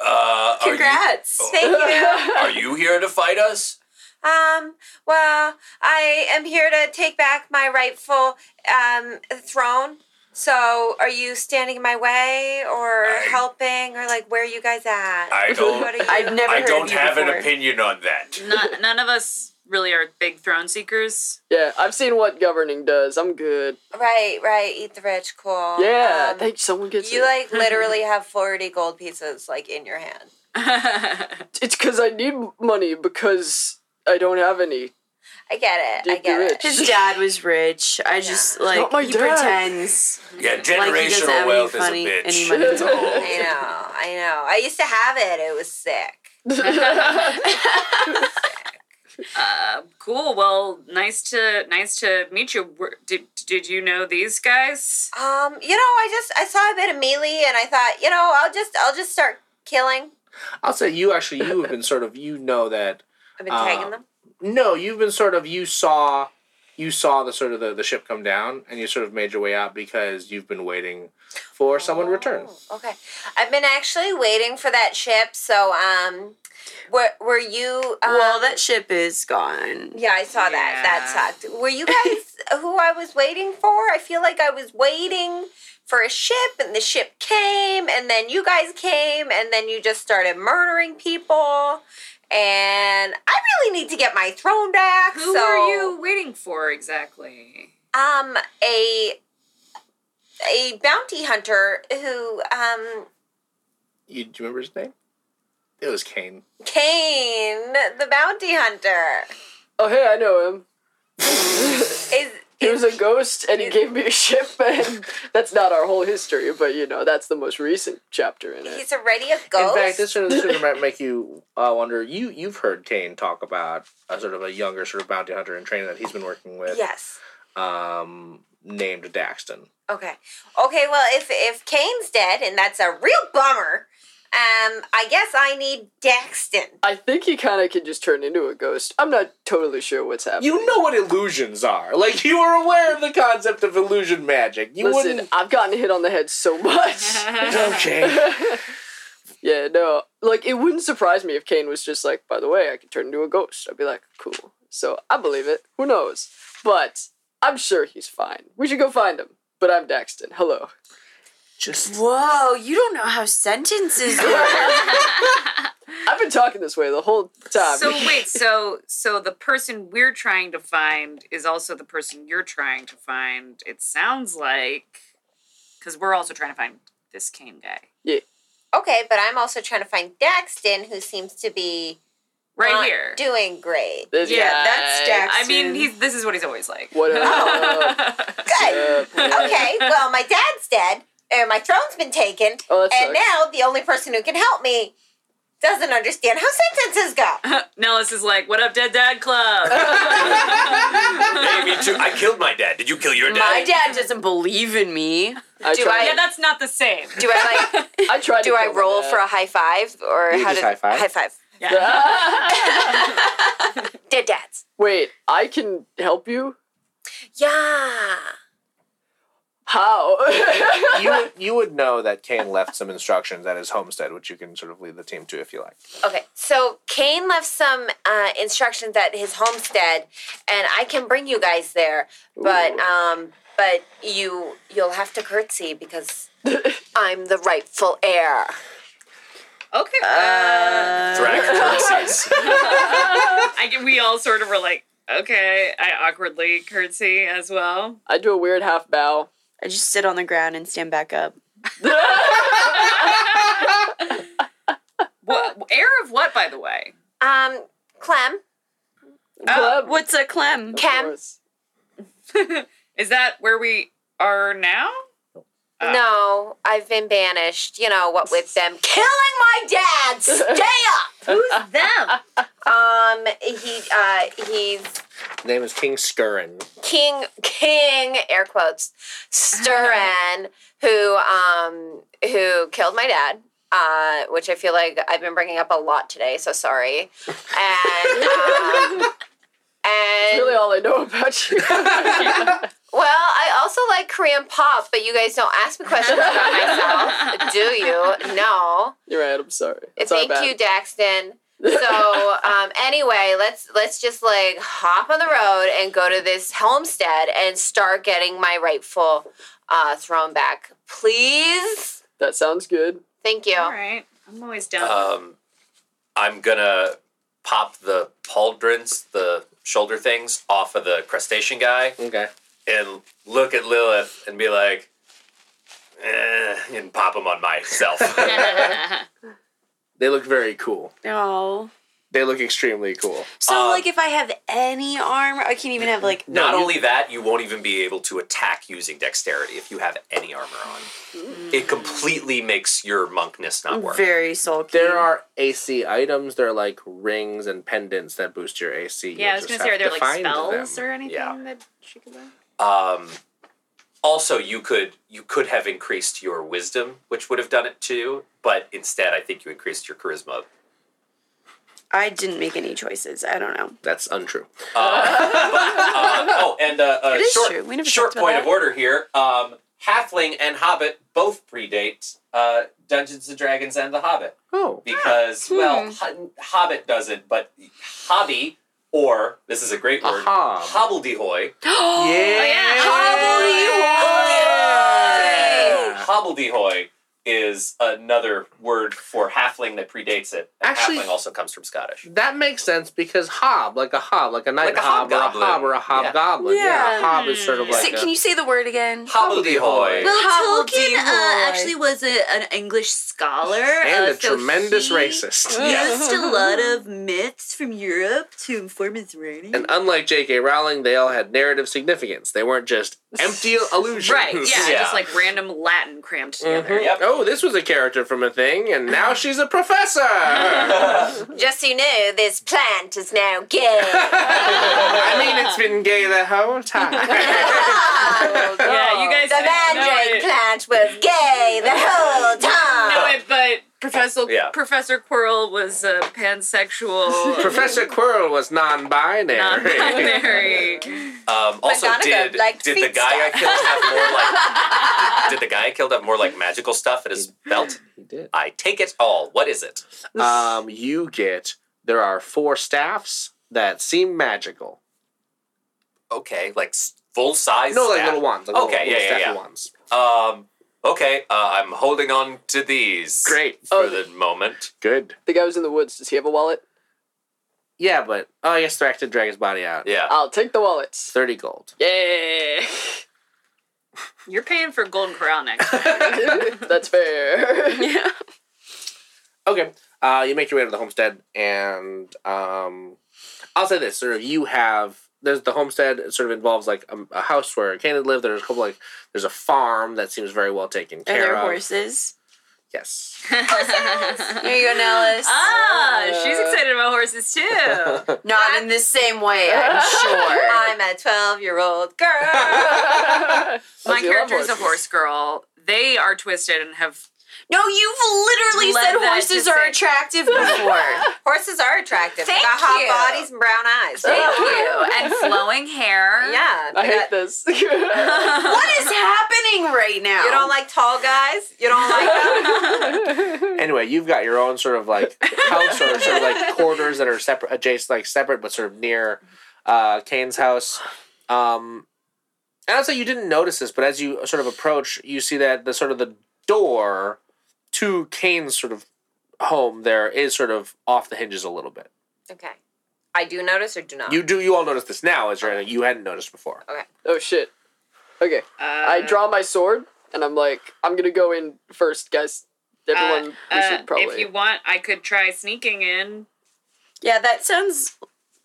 Uh, are you,
Congrats.
thank you.
[laughs]
are you here to fight us?
Um, well, I am here to take back my rightful um, throne. So, are you standing in my way or
I-
helping or like where are you guys at?
I
What
don't.
[laughs]
are you?
I've never
I
heard
don't
of you
have
before.
an opinion on that.
None, none of us really are big throne seekers. [laughs]
yeah, I've seen what governing does. I'm good.
right, right. Eat the rich, cool.
Yeah,
Um,
thank someone gets
you
it.
like literally have forty gold pieces like in your hand.
Uh,
it's because I need money because I don't have
[laughs]
any. [laughs]
I get it. I
Eat the
get
rich.
it.
His dad was rich. I just like
Not my
he
dad.
pretends
Yeah,
like he doesn't
generational
have any
wealth is a
funny
bitch.
any money.
It's a
[laughs]
Oh,
whole-
I know. I know. I used to have it. It was sick.
uh, cool. Well, nice to nice to meet you. Were- Did did you know these guys?
Um, you know, I just I saw a bit of melee and I thought, you know, I'll just I'll just start killing.
I'll say you actually you have been sort of you know that
I've been
Uh,
tagging them.
no you've been sort of you saw you saw the sort of the, the ship come down and you sort of made your way out because you've been waiting for someone to return.
Oh, okay. I've been actually waiting for that ship, so um were were you um,
well, that ship is gone.
yeah, I saw that. That sucked. Were
[laughs]
you guys who I was waiting for? I feel like I was waiting for a ship, and the ship came, and then you guys came, and then you just started murdering people. And I really need to get my throne back.
Who
so,
are you waiting for exactly?
um a a bounty hunter who um
You do you remember his name? It was Kane.
Kane the bounty hunter
oh, hey, I know him.
is
He was a ghost and
[laughs]
he gave me a ship, and that's not our whole history, but you know, that's the most recent chapter in it.
he's already a ghost.
In fact, this sort of, this sort of might make you uh, wonder. You you've heard Kane talk about a sort of a younger sort of bounty hunter in training that he's been working with.
yes.
Um, named Daxton.
Okay. Okay, well if if Kane's dead and that's a real bummer, um I guess I need Daxton.
I think he kind of can just turn into a ghost. I'm not totally sure what's happening.
You know what illusions are. Like you are aware of the concept of illusion magic. You
Listen, [laughs]
wouldn't.
I've gotten hit on the head so much.
Okay.
yeah, no. Like, it wouldn't surprise me if Kane was just like, by the way, I can turn into a ghost. I'd be like, cool. So I believe it. Who knows? But I'm sure he's fine. We should go find him. But I'm Daxton. Hello.
Just
Whoa, you don't know how
[laughs]
sentences work.
I've been talking this way the whole time.
So wait, so so the person we're trying to find is also the person you're trying to find. It sounds like because we're also trying to find this Kane guy.
Yeah.
Okay, but I'm also trying to find Daxton, who seems to be
Right
not
here.
doing great.
[laughs] This
yeah, that's
I
Daxton.
mean, he's this is what he's always like.
What
good.
[laughs]
okay, well, my dad's dead, and my throne's been taken,
Oh, that
and
sucks.
now the only person who can help me doesn't understand how sentences go.
[laughs] [laughs] Nellis is like, "What up, Dead Dad Club?"
hey, me too. I killed my dad. Did you kill your dad?
My dad doesn't believe in me.
I
Do I-
yeah, that's not the same.
Do I like?
I tried.
do
to
I
kill my
roll
dad.
for a high five or
You
how
just
did
high five?
High five. Dead dads.
[laughs] Wait, I can help you.
Yeah.
How? [laughs]
you would- you would know that Kane left some instructions at his homestead, which you can sort of lead the team to if you like.
Okay, so Kane left some uh, instructions at his homestead, and I can bring you guys there, but
Ooh.
um, but you you'll have to curtsy because I'm the rightful heir.
Okay.
Uh.
Drag
[laughs]
currencies.
Uh, I get- we all sort of were like, okay. I awkwardly curtsy as well.
I do a weird half bow.
I just sit on the ground and stand back up.
What heir of what, by the way?
Um, Clem,
Oh,
Club,
What's a Clem?
of
Cam.
course.
is that where we are now? Uh.
no, I've been banished. You know what with them killing my dad. Stay
Who's them?
up. Um, he uh he's
Name is King Skurren.
King King air quotes Sturan who um who killed my dad. Uh, which I feel like I've been bringing up a lot today, so sorry. And um, and
That's really all I know about you.
well, I also like Korean pop, but you guys don't ask me questions about myself, do you? No.
You're right. I'm sorry. It's
Thank
our bad.
you, Daxton.
[laughs]
So um, anyway, let's let's just like hop on the road and go to this homestead and start getting my rightful uh, throne back, please.
That sounds good.
Thank you.
All right. I'm always down. [laughs]
Um, I'm gonna pop the pauldrons, the shoulder things, off of the crustacean guy,
Okay.
and look at Lilith and be like, eh, and pop them on
[laughs]
myself.
They look very cool.
Oh.
They look extremely cool.
So
Um,
like if I have any armor, I can't even have like
Not
you-
only that, you won't even be able to attack using dexterity if you have any armor on. It completely makes your monkness not work.
very sulky.
There are AC items. There are like rings and pendants that boost your AC.
yeah, I was gonna say, are there like spells or anything
Yeah.
that she could buy?
Um, also, you could you could have increased your wisdom, which would have done it too. But instead, I think you increased your charisma.
I didn't make any choices. I don't [gasps] know.
That's untrue.
Uh, but, uh, oh, and uh, uh,
It is
short,
true. We never
short
talked about
point
that.
of order here. Um, Halfling and Hobbit both predate uh, Dungeons and Dragons and The Hobbit
Oh,
because,
Hmm.
well, ho- Hobbit doesn't, but Hobby or this is a great
A
word,
hob.
hobbledehoy.
yeah.
Oh,
Hobbledehoy is another word for halfling that predates it. And
Actually-
halfling also comes from Scottish.
That makes sense because hob, like a hob, like a knight
Like a
hob, or a
hobgoblin.
hob or a hobgoblin. Yeah, a
Yeah.
hob is sort of
Hmm.
like.
Say-
a-
can you say the word again?
Hobbledehoy.
Well,
How
Tolkien
do
uh,
I?
actually was a, an English scholar.
and
uh,
a
so
tremendous
he Mm.
racist.
Used a lot of myths from Europe to inform his writing.
And unlike J.K. Rowling, they all had narrative significance. They weren't just empty allusions.
right, yeah,
Yeah. Mm-hmm.
just like random Latin crammed together.
Mhm.
Yep.
Oh, this was a character from a thing, and now she's a professor.
[laughs]
[laughs]
Just so you know, this plant is now
[laughs]
gay.
I mean, it's been gay the whole time.
Ah,
Yeah, you [laughs] guys
the mandrake
know it,
plant was gay
[laughs]
the whole
know
time.
it, but Professor
Yeah.
Professor Quirrell was a
[laughs]
[laughs]
pansexual,
Professor Quirrell was non-binary.
non-binary.
Um, also,
Madonna
did
liked
did the guy I
feedstuff.
killed have more like? did the guy I killed have more like magical stuff in his belt?
[laughs] He did.
I take it all. What is it?
Um, you get there are four staffs that seem magical.
Okay, like full size.
No, like little wands. Like little-
Okay,
little,
yeah, yeah,
staff
yeah.
of wands.
Um, okay, uh, I'm holding on to these.
Great,
for
Oh,
the moment.
good.
The guy was in the woods. Does he have a wallet?
Yeah, but oh, I guess Thrax did drag his body out.
Yeah.
I'll take the [laughs]
[laughs]
wallet.
Thirty gold.
Yeah.
You're paying for Golden Corral next.
[laughs]
That's fair.
[laughs] Yeah.
Okay. Uh, you make your way to the homestead, and um, I'll say this: sort of, you have there's the homestead. It sort of involves like um, a, a house where Canaan lived. There's a couple like there's a farm that seems very well taken
Are
care
there
of.
horses?
Yes.
Here you go, Nellis.
Ah, she's excited about horses too.
Not in the same way, [laughs] I'm sure.
[laughs]
I'm a 12 year old girl.
My
Okay, I love
character is a horse girl. They are twisted and have
No, you've literally
Led
said
that
horses
to
are
say- [laughs]
attractive before.
Horses are attractive.
Thank
they got hot
you.
bodies and brown eyes.
thank you and flowing hair.
Yeah.
I hate this.
what is happening right now?
You don't like tall guys? You don't like [laughs] them?
anyway, you've got your own sort of like house or sort of like quarters that are separate, adjacent, like separate, but sort of near uh, Kane's house. Um, and I'll say you didn't notice this, but as you sort of approach, you see that the sort of the door to Kane's sort of home there is sort of off the hinges a little bit.
okay. I do notice or do not?
You do, you all notice this now, as you're- you hadn't noticed before.
Okay.
Oh shit. Okay. I draw my sword and I'm like, I'm gonna go in first, guys. Everyone,
Uh,
we
uh,
should probably.
if you want, I could try sneaking in.
Yeah, that sounds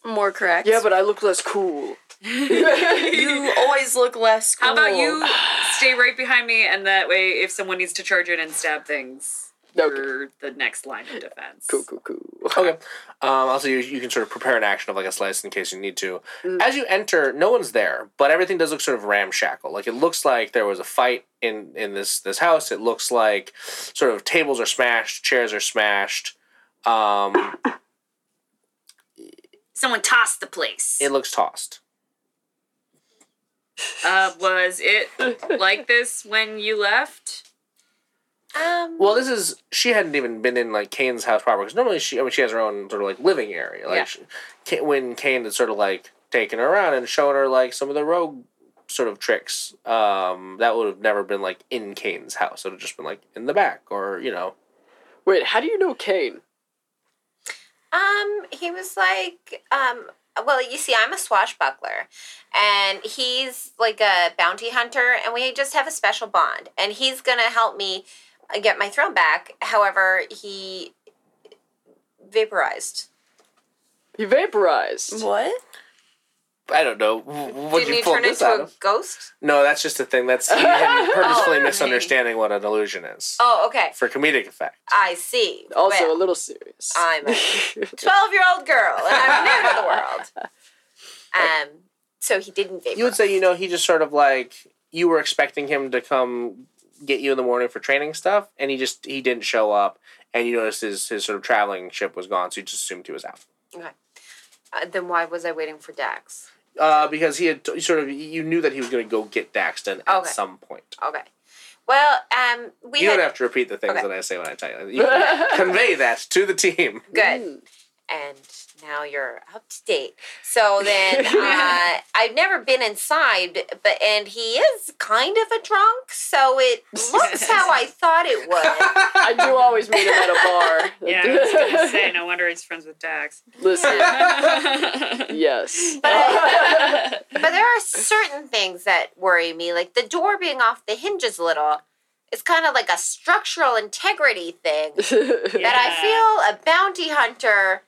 more correct.
Yeah, but I look less cool. [laughs]
you always look less cool.
How about you stay right behind me, and that way, if someone needs to charge in and stab things,
Okay.
you're the next line of defense.
Cool, cool, cool.
Okay. Um, also, you, you can sort of prepare an action of like a slice in case you need to. As you enter, no one's there, but everything does look sort of ramshackle. Like it looks like there was a fight in in this this house. It looks like sort of tables are smashed, chairs are smashed. Um,
Someone tossed the place.
it looks tossed.
Uh, was it like this when you left?
Um,
Well, this is she hadn't even been in like Kane's house proper because normally she I mean she has her own sort of like living area. Like
Yeah.
she, Ka- when Kane had sort of like taken her around and shown her like some of the rogue sort of tricks, um, that would have never been like in Kane's house. It would have just been like in the back or you know.
Wait, how do you know Kane?
Um, he was like, um, well, you see, I'm a swashbuckler, and he's like a bounty hunter, and we just have a special bond, and he's gonna help me uh, get my throne back. However, he vaporized.
He vaporized.
What?
I don't know. Would
Didn't
you
he
pull
turn
this
into
out
a
of?
ghost?
No, that's just a thing. That's you
[laughs]
him purposefully
Oh,
misunderstanding what an illusion is
Oh, okay.
for comedic effect.
I see.
Also,
Well,
a little serious.
I'm a 12 year old girl, and I'm new to the world. Um, so he didn't vaporize.
You would say, you know, he just sort of like you were expecting him to come get you in the morning for training stuff, and he just he didn't show up, and you noticed his his sort of traveling ship was gone, so you just assumed he was out.
Uh, then why was I waiting for Dax?
Uh, because he had t- sort of you knew that he was going to go get Daxton at
Okay.
some point.
Okay. Well, um, we
you
had
don't have to repeat the things
Okay.
that I say when I tell you. You can convey that to the team.
good.
Mm.
and now you're up to date. So then uh, I've never been inside, but and he is kind of a drunk, so it looks how I thought it
[laughs]
would.
I do always meet him at a bar.
[laughs] Yeah, I
[laughs]
was gonna say. No wonder he's friends with Dax. [laughs]
Listen,
yeah,
yes.
But there are certain things that worry me, like the door being off the hinges a little. It's kind of like a structural integrity thing that I feel a bounty hunter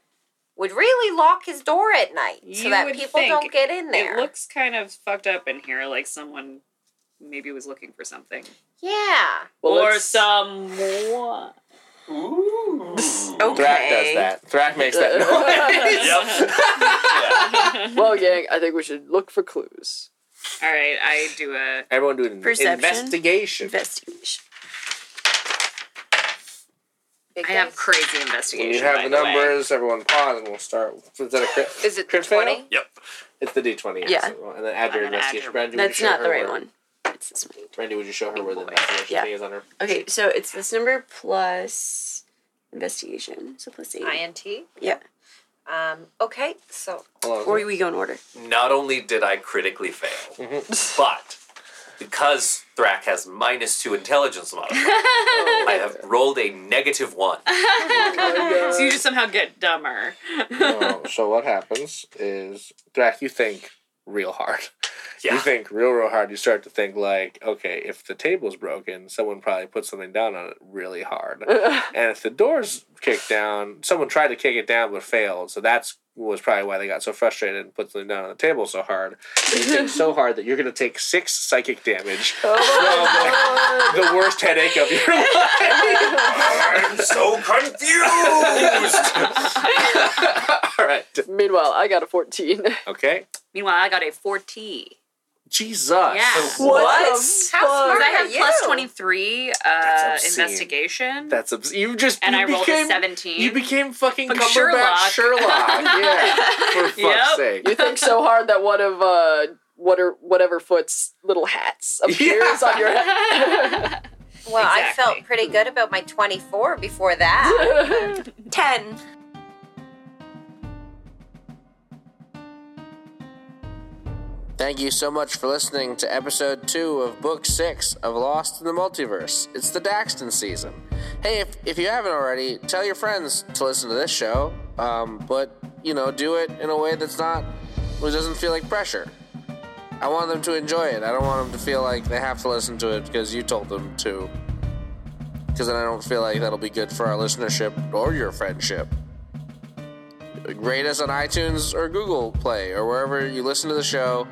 would really lock his door at night so
You
that
would
people
think
don't get in there.
It looks kind of fucked up in here, like someone maybe was looking for something.
yeah.
[laughs] Well,
or
let's-
someone.
Okay.
Thrak does that. Thrak makes that noise.
Yep.
well, gang, I think we should look for clues.
All right, I do a.
Everyone do an
Perception.
investigation.
Investigation.
Big
I have
guys?
crazy
When
investigation.
you
by
have the
way.
numbers, everyone pause, and we'll start. Is that a crit?
Is it
crit fail?
20?
Yep.
It's the D twenty.
Yeah.
And then add
I'm
your
gonna add
investigation.
your-
Brandy, would you
That's
show
not the
her
right
where-
one. It's this one.
Brandy, would you show her where the
boy.
investigation
Yeah.
thing is on her?
Okay, so it's this number plus investigation. So plus eight.
INT.
Yeah.
Um, okay, so
Hold
Or
on.
we go in order.
[laughs] Not only did I critically fail,
Mm-hmm.
but because Thrak has minus two intelligence modifier, I have rolled a negative one.
So you just somehow get dumber.
No, so what happens is Drac, you think real hard.
You think real, real hard. You start to think like, okay, if the table's broken, someone probably put something down on it really hard, and if the door's kicked down, someone tried to kick it down but failed. So that's was probably why they got so frustrated and put something down on the table so hard. You think so hard that you're going to take six psychic damage from [laughs] the worst headache of your life. I'm so confused. All right.
Meanwhile, I got a 14.
Okay.
Meanwhile, I got a 4T.
Jesus.
Yeah.
[laughs] What?
How smart
fuck?
I have
are
plus
you?
23 uh,
That's obscene.
investigation.
That's obs- you just
and
you
I rolled a
became-
17.
You became fucking
Fucking
Cumberbatch Sherlock. Yeah. For fuck's
Yep.
sake.
You think so hard that one of uh, what are, whatever foot's little
[laughs]
hats appears on your head.
Well, I felt pretty good about my 24
[laughs]
before that. 10.
Thank you so much for listening to episode two of book six of Lost in the Multiverse. It's the Daxton season. Hey, if, if you haven't already, tell your friends to listen to this show, um, but, you know, do it in a way that's not, where it doesn't feel like pressure. I want them to enjoy it. I don't want them to feel like they have to listen to it because you told them to. Because then I don't feel like that'll be good for our listenership or your friendship rate us on iTunes or Google Play or wherever you listen to the show.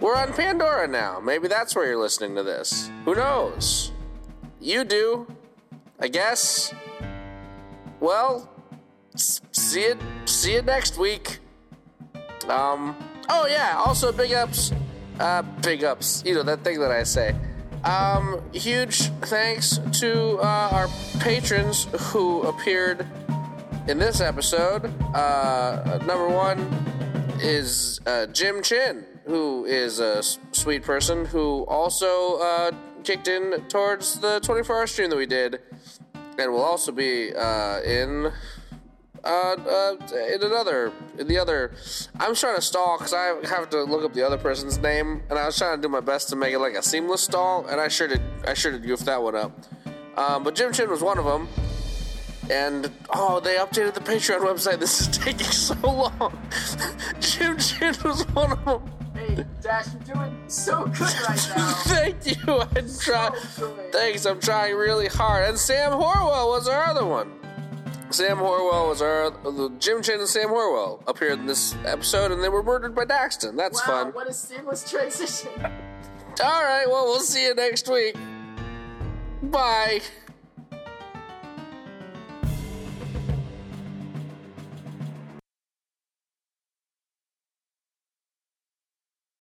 We're on Pandora now. Maybe that's where you're listening to this. Who knows? You do, I guess. Well, s- see it. See you next week. Um. Oh yeah. Also, big ups. Uh, big ups. You know that thing that I say. Um. Huge thanks to uh, our patrons who appeared in this episode, uh, number one is uh, Jim Chin, who is a s- sweet person who also uh, kicked in towards the 24 hour stream that we did and will also be uh, in. Uh, uh, in another, in the other, I'm trying to stall because I have to look up the other person's name, and I was trying to do my best to make it like a seamless stall, and I sure did, I sure did goof that one up. Um, but Jim Chin was one of them, and oh, they updated the Patreon website. This is [laughs] taking so long. [laughs] Jim Chin was one of them.
Hey, Dash, you're doing so good
[laughs]
right now.
Thank you. [laughs] I'm trying. Thanks. I'm trying really hard. And Sam Horwell was our other one. Sam Horwell was our the Jim Chin and Sam Horwell appeared in this episode, and they were murdered by Daxton. That's fun.
What a seamless
[laughs]
transition.
All right. Well, we'll see you next week. Bye.